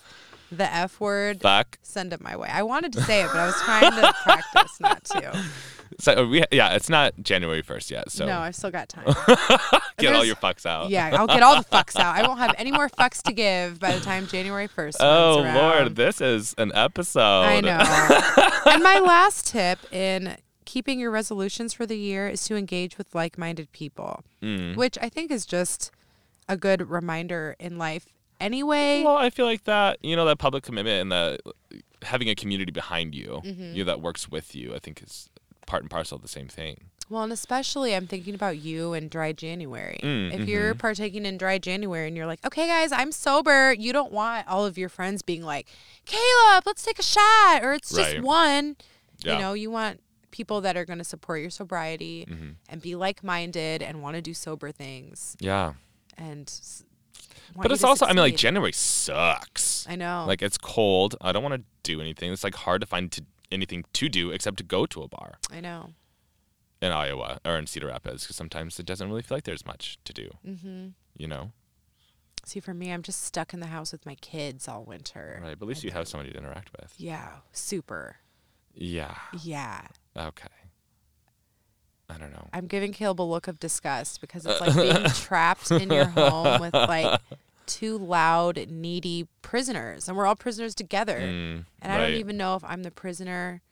Speaker 3: the F word,
Speaker 2: Fuck.
Speaker 3: send it my way. I wanted to say it, but I was trying to practice not to.
Speaker 2: So are we, yeah, it's not January first yet. So
Speaker 3: No, I've still got time.
Speaker 2: get all
Speaker 3: there's-
Speaker 2: your fucks out.
Speaker 3: Yeah, I'll get all the fucks out. I won't have any more fucks to give by the time January 1st.
Speaker 2: Oh
Speaker 3: rolls around.
Speaker 2: Lord, this is an episode.
Speaker 3: I know. and my last tip in keeping your resolutions for the year is to engage with like minded people, which I think is just a good reminder in life anyway.
Speaker 2: Well, I feel like that, you know, that public commitment and the having a community behind you,
Speaker 3: Mm-hmm.
Speaker 2: you know, that works with you, I think is part and parcel of the same thing.
Speaker 3: Well, and especially I'm thinking about you and dry January.
Speaker 2: Mm,
Speaker 3: if
Speaker 2: mm-hmm.
Speaker 3: you're partaking in dry January and you're like, okay, guys, I'm sober, you don't want all of your friends being like, Caleb, let's take a shot, or it's just
Speaker 2: Right.
Speaker 3: one.
Speaker 2: Yeah.
Speaker 3: You know, you want people that are going to support your sobriety
Speaker 2: Mm-hmm.
Speaker 3: and be like minded and want to do sober things.
Speaker 2: Yeah.
Speaker 3: And, s- want
Speaker 2: But
Speaker 3: you
Speaker 2: it's
Speaker 3: to
Speaker 2: also, I mean, like
Speaker 3: succeed.
Speaker 2: January sucks.
Speaker 3: I know.
Speaker 2: Like it's cold. I don't want to do anything. It's like hard to find to, anything to do except to go to a bar
Speaker 3: I know.
Speaker 2: in Iowa or in Cedar Rapids because sometimes it doesn't really feel like there's much to do. Mm-hmm. You know,
Speaker 3: See, for me, I'm just stuck in the house with my kids all winter.
Speaker 2: right? But at least you have somebody to interact with.
Speaker 3: Yeah, super.
Speaker 2: Yeah.
Speaker 3: Yeah.
Speaker 2: Okay. I don't know.
Speaker 3: I'm giving Caleb a look of disgust because it's like being trapped in your home with like two loud, needy prisoners, and we're all prisoners together.
Speaker 2: Mm,
Speaker 3: and I don't
Speaker 2: right.
Speaker 3: even know if I'm the prisoner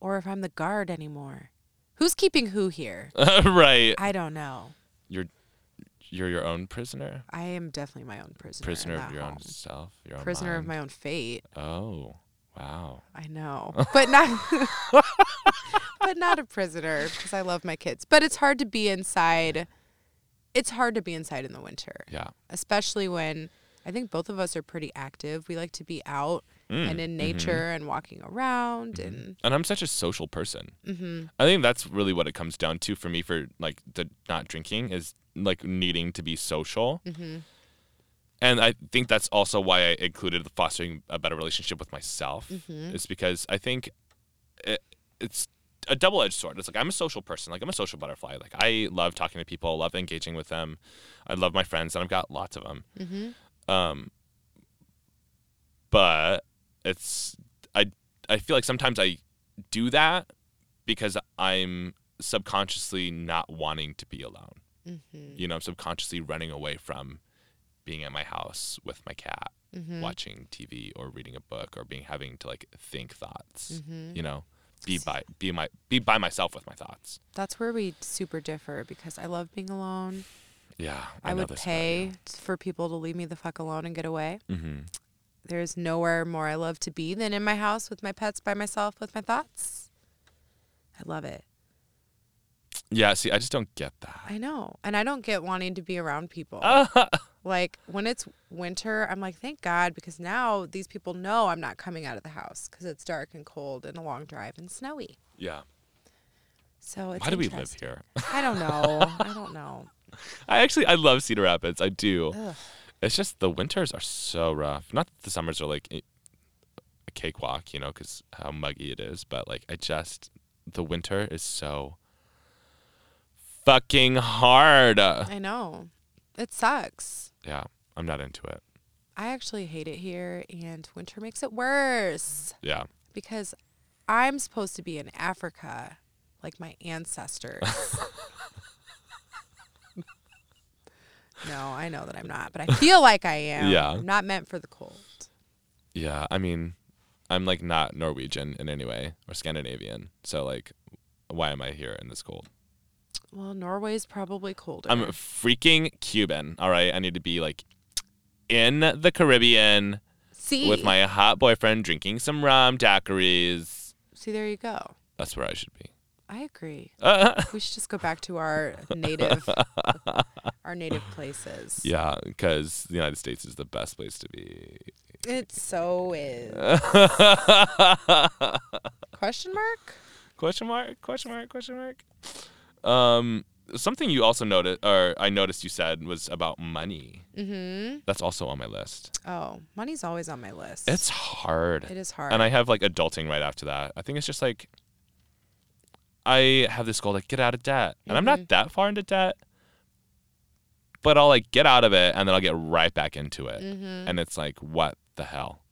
Speaker 3: or if I'm the guard anymore. Who's keeping who here?
Speaker 2: right.
Speaker 3: I don't know.
Speaker 2: You're you're your own prisoner.
Speaker 3: I am definitely my own prisoner. in
Speaker 2: Prisoner
Speaker 3: that
Speaker 2: of your
Speaker 3: home.
Speaker 2: own self. Your own
Speaker 3: prisoner of
Speaker 2: mind.
Speaker 3: my own fate.
Speaker 2: Oh, wow.
Speaker 3: I know, but not, but not a prisoner because I love my kids. But it's hard to be inside. It's hard to be inside in the winter.
Speaker 2: Yeah.
Speaker 3: especially when I think both of us are pretty active. We like to be out
Speaker 2: Mm,
Speaker 3: and
Speaker 2: mm-hmm.
Speaker 3: in nature and walking around and
Speaker 2: And I'm such a social person. Mm-hmm. I think that's really what it comes down to for me for like the not drinking is like needing to be social. Mm-hmm. And I think that's also why I included the fostering a better relationship with myself. Is because I think it, it's a double edged sword. It's like I'm a social person. Like I'm a social butterfly. Like I love talking to people. Love engaging with them. I love my friends, and I've got lots of them. Um, but it's I I feel like sometimes I do that because I'm subconsciously not wanting to be alone.
Speaker 3: Mm-hmm. Mm.
Speaker 2: You know, I'm subconsciously running away from being at my house with my cat,
Speaker 3: Mm. Mm-hmm.
Speaker 2: watching TV or reading a book or being having to like think thoughts.
Speaker 3: Mm-hmm.
Speaker 2: You know, be by be my be by myself with my thoughts.
Speaker 3: that's where we super differ because I love being alone.
Speaker 2: Yeah,
Speaker 3: I,
Speaker 2: know
Speaker 3: would
Speaker 2: this about
Speaker 3: pay for people to leave me the fuck alone and get away.
Speaker 2: you. Mhm.
Speaker 3: There's nowhere more I love to be than in my house with my pets by myself with my thoughts. I love it.
Speaker 2: Yeah, see, I just don't get that.
Speaker 3: I know. And I don't get wanting to be around people. Like when it's winter, I'm like, thank God, because now these people know I'm not coming out of the house because it's dark and cold and a long drive and snowy.
Speaker 2: Yeah,
Speaker 3: So it's
Speaker 2: why do we live
Speaker 3: interesting.
Speaker 2: here?
Speaker 3: I don't know. I don't know.
Speaker 2: I actually I love Cedar Rapids. I do. It's just the winters are so rough. Not that the summers are like a a cakewalk, you know, because how muggy it is. But like I just the winter is so fucking hard.
Speaker 3: I know. It sucks.
Speaker 2: Yeah, I'm not into it.
Speaker 3: I actually hate it here, and winter makes it worse
Speaker 2: Yeah,
Speaker 3: because I'm supposed to be in Africa like my ancestors. no, I know that I'm not, but I feel like I am.
Speaker 2: Yeah.
Speaker 3: I'm not meant for the cold.
Speaker 2: yeah. I mean, I'm like not Norwegian in any way or Scandinavian. So like, why am I here in this cold?
Speaker 3: Well, Norway's probably colder.
Speaker 2: I'm freaking Cuban. All right, I need to be like in the Caribbean.
Speaker 3: see,
Speaker 2: with my hot boyfriend drinking some rum daiquiris.
Speaker 3: see, there you go.
Speaker 2: That's where I should be.
Speaker 3: I agree. we should just go back to our native, our native places.
Speaker 2: Yeah, because the United States is the best place to be.
Speaker 3: It so is. Question mark?
Speaker 2: Question mark? Question mark? Question mark? Um, something you also noticed, or I noticed you said was about money.
Speaker 3: Mm-hmm.
Speaker 2: That's also on my list.
Speaker 3: Oh, money's always on my list.
Speaker 2: It's hard.
Speaker 3: it is hard.
Speaker 2: And I have like adulting right after that. I think it's just like I have this goal to get out of debt. And I'm
Speaker 3: Mm-hmm.
Speaker 2: not that far into debt.
Speaker 3: Mm-hmm.
Speaker 2: But I'll like get out of it and then I'll get right back into it. And it's like what the hell?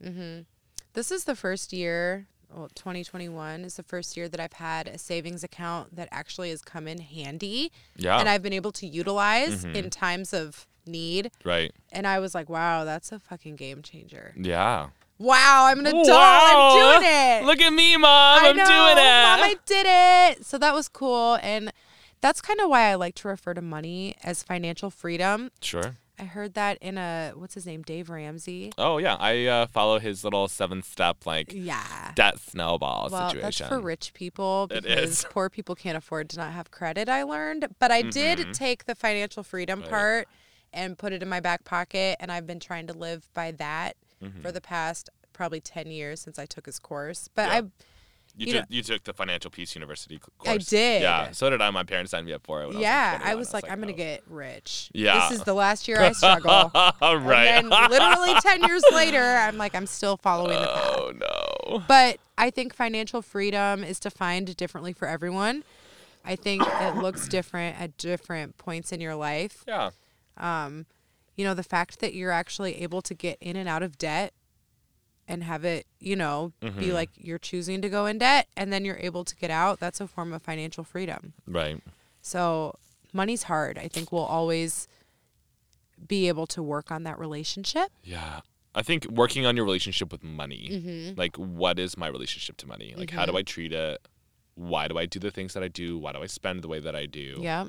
Speaker 3: This is the first year, well, 2021 is the first year that I've had a savings account that actually has come in handy
Speaker 2: Yeah. Mm-hmm.
Speaker 3: and I've been able to utilize in times of need.
Speaker 2: right.
Speaker 3: And I was like, wow, that's a fucking game changer.
Speaker 2: Yeah.
Speaker 3: Wow, I'm an adult.
Speaker 2: Wow.
Speaker 3: I'm doing it.
Speaker 2: Look at me, mom.
Speaker 3: I
Speaker 2: am
Speaker 3: know,
Speaker 2: doing
Speaker 3: Mom, I
Speaker 2: it.
Speaker 3: did it. So that was cool. And that's kind of why I like to refer to money as financial freedom.
Speaker 2: Sure.
Speaker 3: I heard that in a, what's his name, Dave Ramsey.
Speaker 2: Oh yeah, I uh, follow his little seven step like
Speaker 3: Yeah.
Speaker 2: debt snowball
Speaker 3: Well,
Speaker 2: situation.
Speaker 3: that's for rich people
Speaker 2: It
Speaker 3: because
Speaker 2: is.
Speaker 3: poor people can't afford to not have credit. I learned, but I
Speaker 2: Mm-hmm.
Speaker 3: did take the financial freedom part and put it in my back pocket, and I've been trying to live by that
Speaker 2: Mm-hmm.
Speaker 3: for the past probably ten years since I took his course. But
Speaker 2: Yeah.
Speaker 3: I
Speaker 2: You,
Speaker 3: You
Speaker 2: took,
Speaker 3: know-
Speaker 2: you took the financial peace university c- course.
Speaker 3: I did.
Speaker 2: Yeah. So did I. My parents signed me up for it. When
Speaker 3: yeah, I
Speaker 2: I
Speaker 3: was
Speaker 2: Oh, was,
Speaker 3: like, I'm gonna
Speaker 2: oh.
Speaker 3: get rich.
Speaker 2: Yeah.
Speaker 3: this is the last year I struggle.
Speaker 2: All right.
Speaker 3: And then literally ten years later, I'm like, I'm still following the path.
Speaker 2: oh no.
Speaker 3: But I think financial freedom is defined differently for everyone. I think it looks different at different points in your life.
Speaker 2: Yeah.
Speaker 3: You know, the fact that you're actually able to get in and out of debt and have it, you know,
Speaker 2: Mm-hmm.
Speaker 3: be like you're choosing to go in debt and then you're able to get out, that's a form of financial freedom.
Speaker 2: Right.
Speaker 3: So, money's hard. I think we'll always be able to work on that relationship.
Speaker 2: Yeah. I think working on your relationship with money.
Speaker 3: Mm-hmm.
Speaker 2: Like, what is my relationship to money? Like, how do I treat it? Why do I do the things that I do? Why do I spend the way that I do?
Speaker 3: Yeah.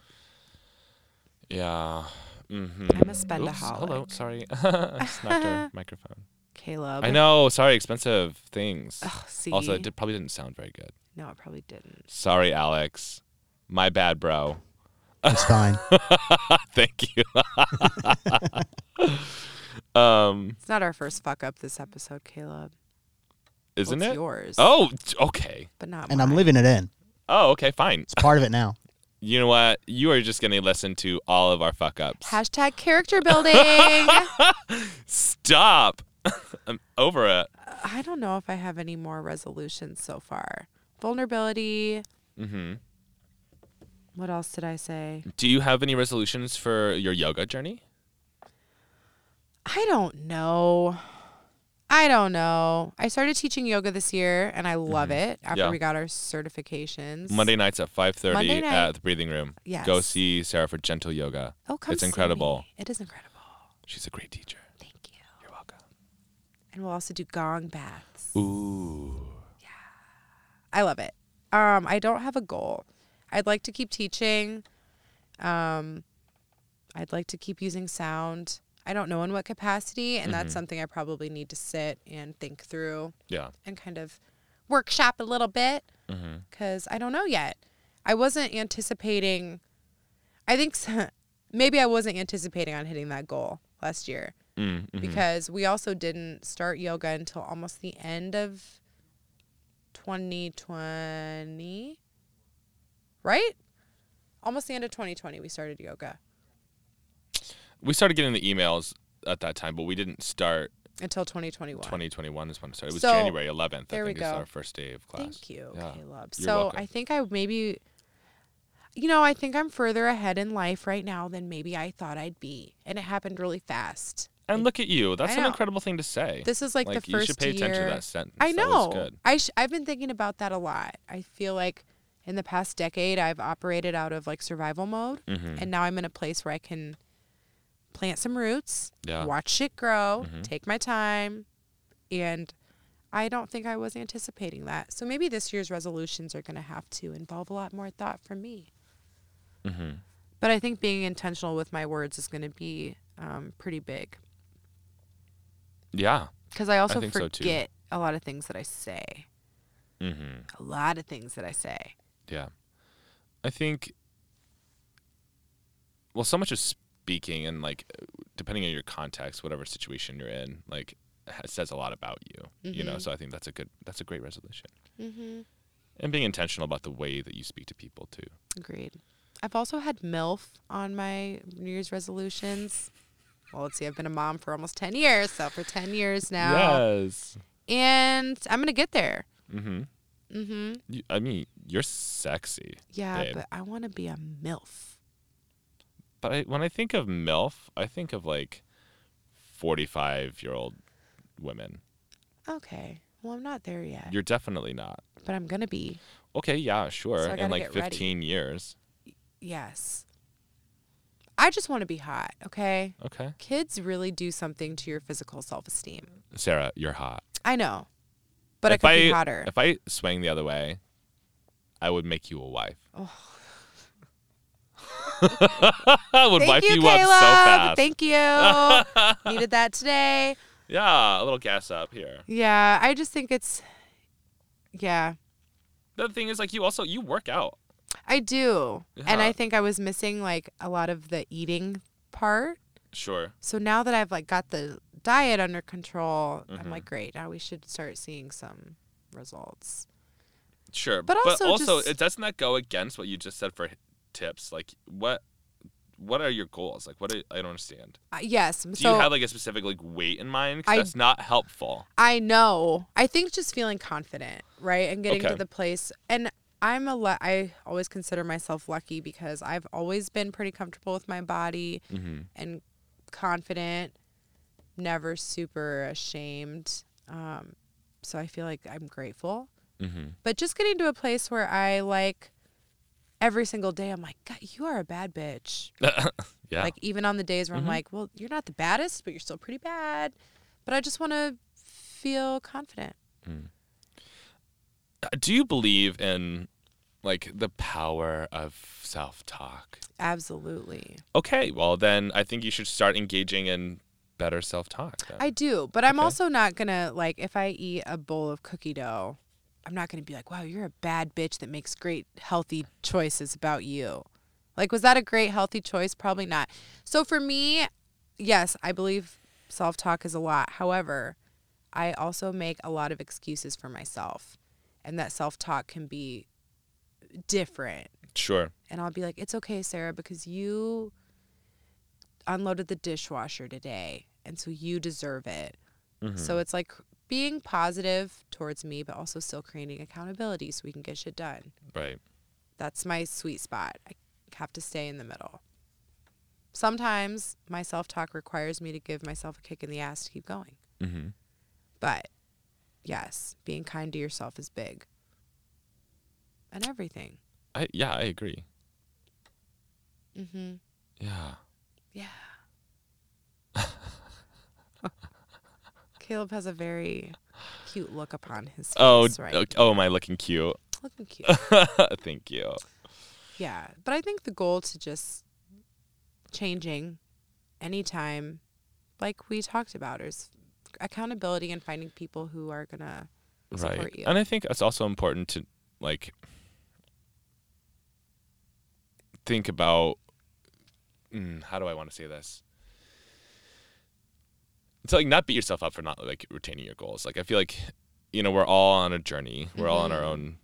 Speaker 2: Yeah. Mm-hmm.
Speaker 3: I'm a spend a
Speaker 2: hello. Sorry. I snapped her microphone.
Speaker 3: Caleb.
Speaker 2: I know. Sorry. Expensive things.
Speaker 3: Ugh, see?
Speaker 2: Also, it did, probably didn't sound very good.
Speaker 3: no, it probably didn't.
Speaker 2: Sorry, Alex. My bad, bro.
Speaker 4: It's fine.
Speaker 2: Thank you. um,
Speaker 3: It's not our first fuck up this episode, Caleb.
Speaker 2: isn't
Speaker 3: Well, it's
Speaker 2: it?
Speaker 3: yours?
Speaker 2: Oh, t- okay.
Speaker 3: but not.
Speaker 4: and I'm
Speaker 3: mine.
Speaker 4: living it in.
Speaker 2: Oh, okay. Fine.
Speaker 4: It's part of it now.
Speaker 2: You know what? You are just gonna listen to all of our fuck ups.
Speaker 3: Hashtag character building. I
Speaker 2: Stop. I'm over it.
Speaker 3: don't know if I have any more resolutions so far. Vulnerability.
Speaker 2: hmm
Speaker 3: What else did I say?
Speaker 2: Do you have any resolutions for your yoga journey?
Speaker 3: I don't know. I don't know. I started teaching yoga this year, and I love it. After
Speaker 2: Mm-hmm. Yeah.
Speaker 3: we got our certifications,
Speaker 2: Monday nights at five
Speaker 3: Monday
Speaker 2: thirty
Speaker 3: night.
Speaker 2: at the Breathing Room.
Speaker 3: Yes.
Speaker 2: Go see Sarah for Gentle Yoga.
Speaker 3: Oh, come
Speaker 2: It's
Speaker 3: see
Speaker 2: incredible.
Speaker 3: me. It is incredible.
Speaker 2: She's a great teacher.
Speaker 3: Thank you.
Speaker 2: You're welcome.
Speaker 3: And we'll also do gong baths.
Speaker 2: Ooh.
Speaker 3: I love it. Um, I don't have a goal. I'd like to keep teaching. Um, I'd like to keep using sound. I don't know in what capacity, and that's something I probably need to sit and think through
Speaker 2: Yeah.
Speaker 3: and kind of workshop a little bit because I don't know yet. I wasn't anticipating. I think s- maybe I wasn't anticipating on hitting that goal last year Mm-hmm.
Speaker 2: Mm, mhm.
Speaker 3: because we also didn't start yoga until almost the end of 2020 right almost the end of 2020 we started yoga
Speaker 2: We started getting the emails at that time, but we didn't start
Speaker 3: until 2021
Speaker 2: 2021 is when it started. It was
Speaker 3: So,
Speaker 2: January 11th.
Speaker 3: there
Speaker 2: I
Speaker 3: we
Speaker 2: think is
Speaker 3: go.
Speaker 2: our first day of class.
Speaker 3: thank you
Speaker 2: Yeah.
Speaker 3: caleb
Speaker 2: You're
Speaker 3: so
Speaker 2: welcome.
Speaker 3: i think i maybe you know i think i'm further ahead in life right now than maybe i thought i'd be and it happened really fast
Speaker 2: And look at you. That's
Speaker 3: I
Speaker 2: an
Speaker 3: know.
Speaker 2: incredible thing to say.
Speaker 3: this is like, the
Speaker 2: you
Speaker 3: first
Speaker 2: should pay
Speaker 3: year
Speaker 2: attention to that sentence.
Speaker 3: I
Speaker 2: That was
Speaker 3: know.
Speaker 2: good.
Speaker 3: I sh- I've been thinking about that a lot. I feel like in the past decade, I've operated out of like survival mode,
Speaker 2: Mm-hmm.
Speaker 3: and now I'm in a place where I can plant some roots,
Speaker 2: Yeah. Mm-hmm.
Speaker 3: watch shit grow, take my time, and I don't think I was anticipating that. So maybe this year's resolutions are going to have to involve a lot more thought from me. But I think being intentional with my words is going to be um, pretty big
Speaker 2: Yeah.
Speaker 3: because I also
Speaker 2: think so, too.
Speaker 3: forget a lot of things that I say.
Speaker 2: hmm
Speaker 3: a lot of things that I say.
Speaker 2: Yeah. I think. Well, so much of speaking and like, depending on your context, whatever situation you're in, like, ha- says a lot about you. You know. So I think that's a good. That's a great resolution. And being intentional about the way that you speak to people too.
Speaker 3: Agreed. I've also had MILF on my New Year's resolutions. Well, let's see, I've been a mom for almost 10 years, so for 10 years now.
Speaker 2: Yes.
Speaker 3: And I'm going to get there.
Speaker 2: Mm-hmm.
Speaker 3: hmm
Speaker 2: You, I mean, you're sexy.
Speaker 3: Yeah,
Speaker 2: Babe.
Speaker 3: but I want to be a MILF.
Speaker 2: But I, when I think of MILF, I think of like 45 year old women.
Speaker 3: Okay. Well, I'm not there yet,
Speaker 2: You're definitely not.
Speaker 3: but I'm gonna be.
Speaker 2: Okay, yeah, sure.
Speaker 3: So I
Speaker 2: In
Speaker 3: gotta
Speaker 2: like
Speaker 3: get ready.
Speaker 2: 15 years.
Speaker 3: Yes. I just want to be hot. Okay.
Speaker 2: Okay.
Speaker 3: Kids really do something to your physical self-esteem.
Speaker 2: Sarah, you're hot.
Speaker 3: I know, but
Speaker 2: if
Speaker 3: I could
Speaker 2: I
Speaker 3: be hotter.
Speaker 2: if I swang the other way, I would make you a wife.
Speaker 3: Oh.
Speaker 2: I would wipe you, up so fast.
Speaker 3: Thank you. Needed that today.
Speaker 2: yeah, a little gas up here.
Speaker 3: Yeah, I just think it's. Yeah,
Speaker 2: The thing is, like, you also you work out.
Speaker 3: I do, and
Speaker 2: Yeah.
Speaker 3: I think I was missing like a lot of the eating part.
Speaker 2: Sure.
Speaker 3: So now that I've like got the diet under control,
Speaker 2: Mm-hmm.
Speaker 3: I'm like, great. Now we should start seeing some results.
Speaker 2: Sure,
Speaker 3: But also just-
Speaker 2: it doesn't that go against what you just said for h- tips? Like, what, what are your goals? Like, what are, I don't understand.
Speaker 3: Uh, yes.
Speaker 2: Do
Speaker 3: so
Speaker 2: you have like a specific like weight in mind? 'Cause
Speaker 3: I-
Speaker 2: that's not helpful.
Speaker 3: I know. I think just feeling confident, right? And getting
Speaker 2: Okay.
Speaker 3: to the place and I'm a le- I always consider myself lucky because I've always been pretty comfortable with my body and confident, never super ashamed. Um, so I feel like I'm grateful. But just getting to a place where I like every single day I'm like, God, you are a bad bitch.
Speaker 2: yeah.
Speaker 3: Like even on the days where I'm like, well, you're not the baddest, but you're still pretty bad. But I just want to feel confident.
Speaker 2: do you believe in like the power of self talk?
Speaker 3: Absolutely.
Speaker 2: Okay, well then I think you should start engaging in better self talk.
Speaker 3: I do, but I'm
Speaker 2: Okay.
Speaker 3: also not going to like if I eat a bowl of cookie dough, I'm not going to be like, "Wow, you're a bad bitch that makes great healthy choices about you." Like was that a great healthy choice? Probably not. So for me, yes, I believe self-talk is a lot. However, I also make a lot of excuses for myself. And that self-talk can be different.
Speaker 2: sure.
Speaker 3: and I'll be like, "It's okay, Sarah, because you unloaded the dishwasher today, and so you deserve it." So it's like being positive towards me, but also still creating accountability so we can get shit done.
Speaker 2: Right.
Speaker 3: That's my sweet spot. I have to stay in the middle. Sometimes my self talk requires me to give myself a kick in the ass to keep going.
Speaker 2: Mhm.
Speaker 3: But yes, being kind to yourself is big. And everything.
Speaker 2: I yeah, I agree.
Speaker 3: Mm-hmm.
Speaker 2: Yeah.
Speaker 3: Yeah. Caleb has a very cute look upon his face.
Speaker 2: Oh,
Speaker 3: right.
Speaker 2: okay- oh, am I looking cute?
Speaker 3: Looking cute.
Speaker 2: Thank you.
Speaker 3: yeah. But I think the goal to just changing anytime, like we talked about, is accountability and finding people who are going to support you.
Speaker 2: And I think it's also important to like think about mm, how do I want to say this? It's like not beat yourself up for not like retaining your goals. Like I feel like you know we're all on a journey. We're all on
Speaker 3: Mm-hmm.
Speaker 2: our own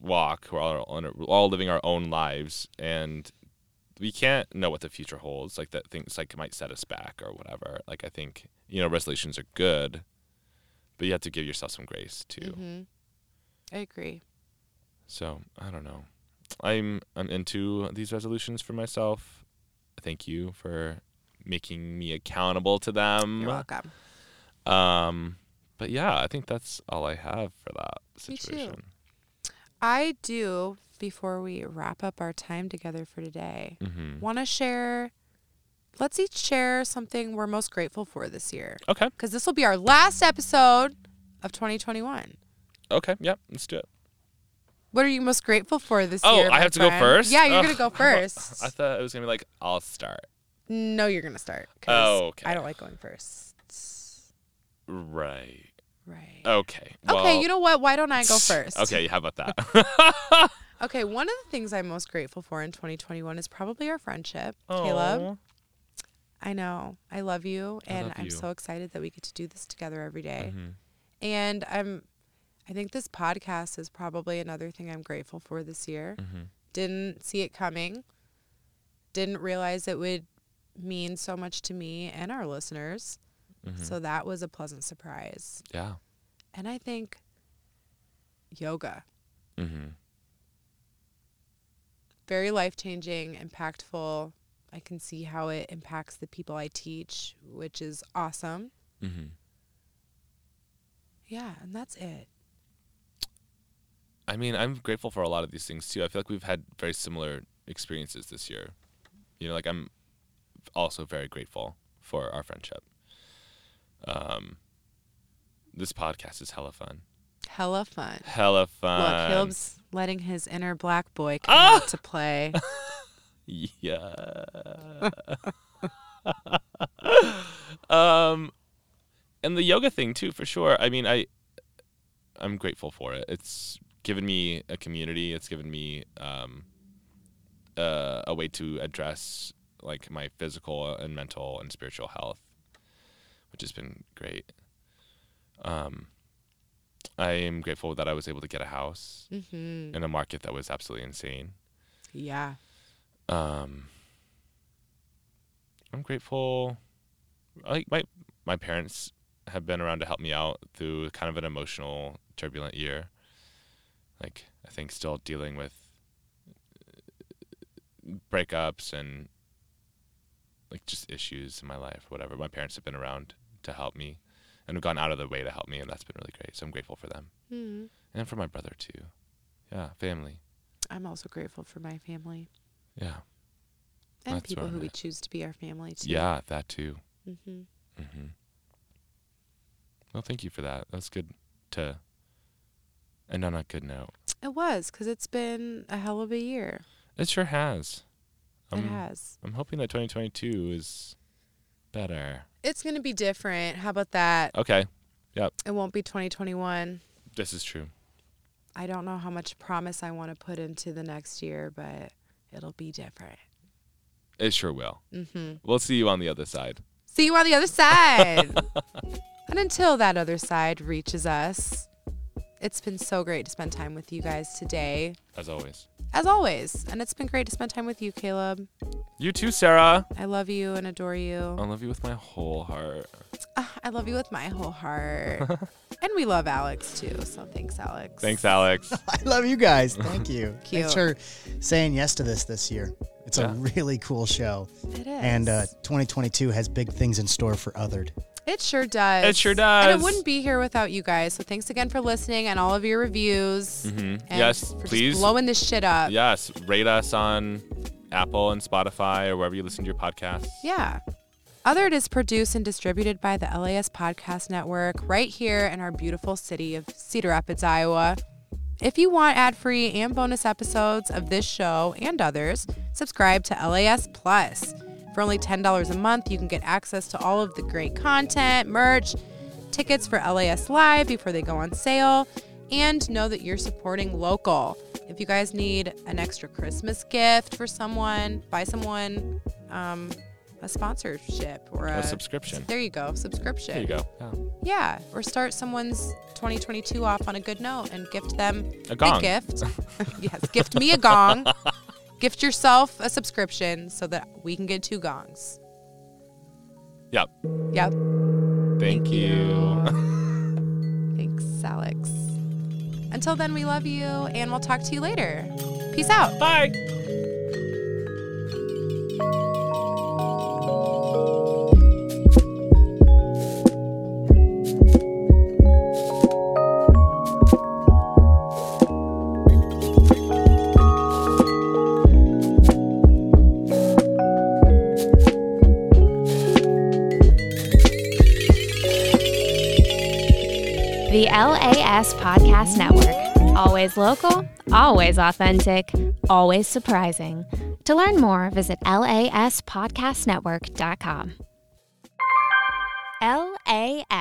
Speaker 2: walk. We're all on our, we're all living our own lives and we can't know what the future holds like that things like might set us back or whatever like i think you know resolutions are good but you have to give yourself some grace too
Speaker 3: Mhm. I agree.
Speaker 2: so I don't know. I'm I'm into these resolutions for myself. Thank you for making me accountable to them.
Speaker 3: You're welcome.
Speaker 2: Um, but yeah, I think that's all I have for that
Speaker 3: Me too.
Speaker 2: situation.
Speaker 3: I do, before we wrap up our time together for today,
Speaker 2: Mm-hmm.
Speaker 3: want to share let's each share something we're most grateful for this year
Speaker 2: Okay.
Speaker 3: because this will be our last episode of 2021
Speaker 2: Okay. Yep. Let's do it.
Speaker 3: what are you most grateful for this
Speaker 2: Oh,
Speaker 3: year
Speaker 2: I
Speaker 3: my
Speaker 2: have to go
Speaker 3: friend?
Speaker 2: first?
Speaker 3: yeah you're
Speaker 2: Ugh,
Speaker 3: gonna go first
Speaker 2: I thought it was gonna be like I'll start.
Speaker 3: no you're gonna start 'cause
Speaker 2: Oh, okay.
Speaker 3: i don't like going first
Speaker 2: Right.
Speaker 3: right
Speaker 2: Okay.
Speaker 3: okay you know what why don't i go first
Speaker 2: Oh, Okay. How about that?
Speaker 3: okay one of the things i'm most grateful for in 2021 is probably our friendship caleb
Speaker 2: Aw.
Speaker 3: I know. I love you
Speaker 2: I
Speaker 3: and
Speaker 2: love
Speaker 3: I'm
Speaker 2: you. Mm-hmm.
Speaker 3: so excited that we get to do this together every day. And I'm I think this podcast is probably another thing I'm grateful for this year.
Speaker 2: Mm-hmm.
Speaker 3: Didn't see it coming. Didn't realize it would mean so much to me and our listeners.
Speaker 2: Mm-hmm.
Speaker 3: So that was a pleasant surprise.
Speaker 2: Yeah.
Speaker 3: And I think yoga,
Speaker 2: Mm-hmm.
Speaker 3: very life-changing, impactful. I can see how it impacts the people I teach, which is awesome.
Speaker 2: Mm-hmm.
Speaker 3: Yeah, and that's it.
Speaker 2: I mean, I'm grateful for a lot of these things too. I feel like we've had very similar experiences this year. You know, like I'm also very grateful for our friendship. Um, this podcast is hella fun.
Speaker 3: Hella fun.
Speaker 2: Hella fun. Ah!
Speaker 3: Look, Hilb's letting his inner black boy come out to play.
Speaker 2: Yeah. um, and the yoga thing too, for sure. I mean, I, I'm grateful for it. It's given me a community. It's given me um, uh, a way to address like my physical and mental and spiritual health, which has been great. Um, I am grateful that I was able to get a house
Speaker 3: hmm
Speaker 2: in a market that was absolutely insane.
Speaker 3: Yeah.
Speaker 2: Um, I'm grateful. Like my my parents have been around to help me out through kind of an emotional, turbulent year. Like I think still dealing with uh, breakups and like just issues in my life, whatever. My parents have been around to help me, and have gone out of their way to help me, and that's been really great. So I'm grateful for them
Speaker 3: hmm
Speaker 2: and for my brother too. Yeah, family.
Speaker 3: I'm also grateful for my family
Speaker 2: Yeah,
Speaker 3: and
Speaker 2: That's
Speaker 3: people
Speaker 2: where
Speaker 3: who
Speaker 2: I'm
Speaker 3: we
Speaker 2: at.
Speaker 3: choose to be our family to.
Speaker 2: yeah, that too.
Speaker 3: hmm
Speaker 2: Mm-hmm. Well, thank you for that. That's good to end on a good note.
Speaker 3: It was because it's been a hell of a year.
Speaker 2: It sure has. Um,
Speaker 3: it has.
Speaker 2: I'm hoping that 2022 is better.
Speaker 3: It's going to be different. How about that?
Speaker 2: Okay,
Speaker 3: It won't be 2021.
Speaker 2: this is true.
Speaker 3: I don't know how much promise I want to put into the next year, but it'll be different.
Speaker 2: It sure will.
Speaker 3: hmm
Speaker 2: We'll see you on the other side.
Speaker 3: See you on the other side. and until that other side reaches us, it's been so great to spend time with you guys today,
Speaker 2: As always.
Speaker 3: as always. And it's been great to spend time with you, Caleb.
Speaker 2: You too, Sarah.
Speaker 3: I love you and adore you.
Speaker 2: I love you with my whole heart.
Speaker 3: Ah, I love you with my whole heart. and we love Alex too. So thanks, Alex.
Speaker 2: Thanks, Alex.
Speaker 4: I love you guys. Thank you.
Speaker 3: Cute.
Speaker 4: Thanks for saying yes to this this year. It's
Speaker 2: Yeah.
Speaker 4: a really cool show.
Speaker 3: It is.
Speaker 4: And uh, 2022 has big things in store for Othered.
Speaker 3: It sure does.
Speaker 2: It sure
Speaker 3: And
Speaker 2: does.
Speaker 3: it wouldn't be here without you guys. So thanks again for listening and all of your reviews.
Speaker 2: Mhm.
Speaker 3: And
Speaker 2: Yes,
Speaker 3: for just
Speaker 2: please.
Speaker 3: blowing this shit up.
Speaker 2: yes, rate us on Apple and Spotify or wherever you listen to your podcasts.
Speaker 3: Yeah. Othered is produced and distributed by the LAS Podcast Network right here in our beautiful city of Cedar Rapids, Iowa. If you want ad free and bonus episodes of this show and others, subscribe to LAS Plus. For only $10 a month, you can get access to all of the great content, merch, tickets for LAS Live before they go on sale, and know that you're supporting local. If you guys need an extra Christmas gift for someone, buy someone um, a sponsorship or a,
Speaker 2: A subscription.
Speaker 3: There you go, subscription.
Speaker 2: There you go. Yeah.
Speaker 3: Yeah, or start someone's 2022 off on a good note and gift them
Speaker 2: A gong.
Speaker 3: gift. yes, gift me a gong. gift yourself a subscription so that we can get two gongs.
Speaker 2: Yep.
Speaker 3: Yep.
Speaker 2: Thank, you.
Speaker 3: Thanks, Alex. Until then, we love you and we'll talk to you later. Peace out.
Speaker 2: Bye.
Speaker 1: The LAS Podcast Network. Always local, always authentic, always surprising. To learn more, visit laspodcastnetwork.com. LAS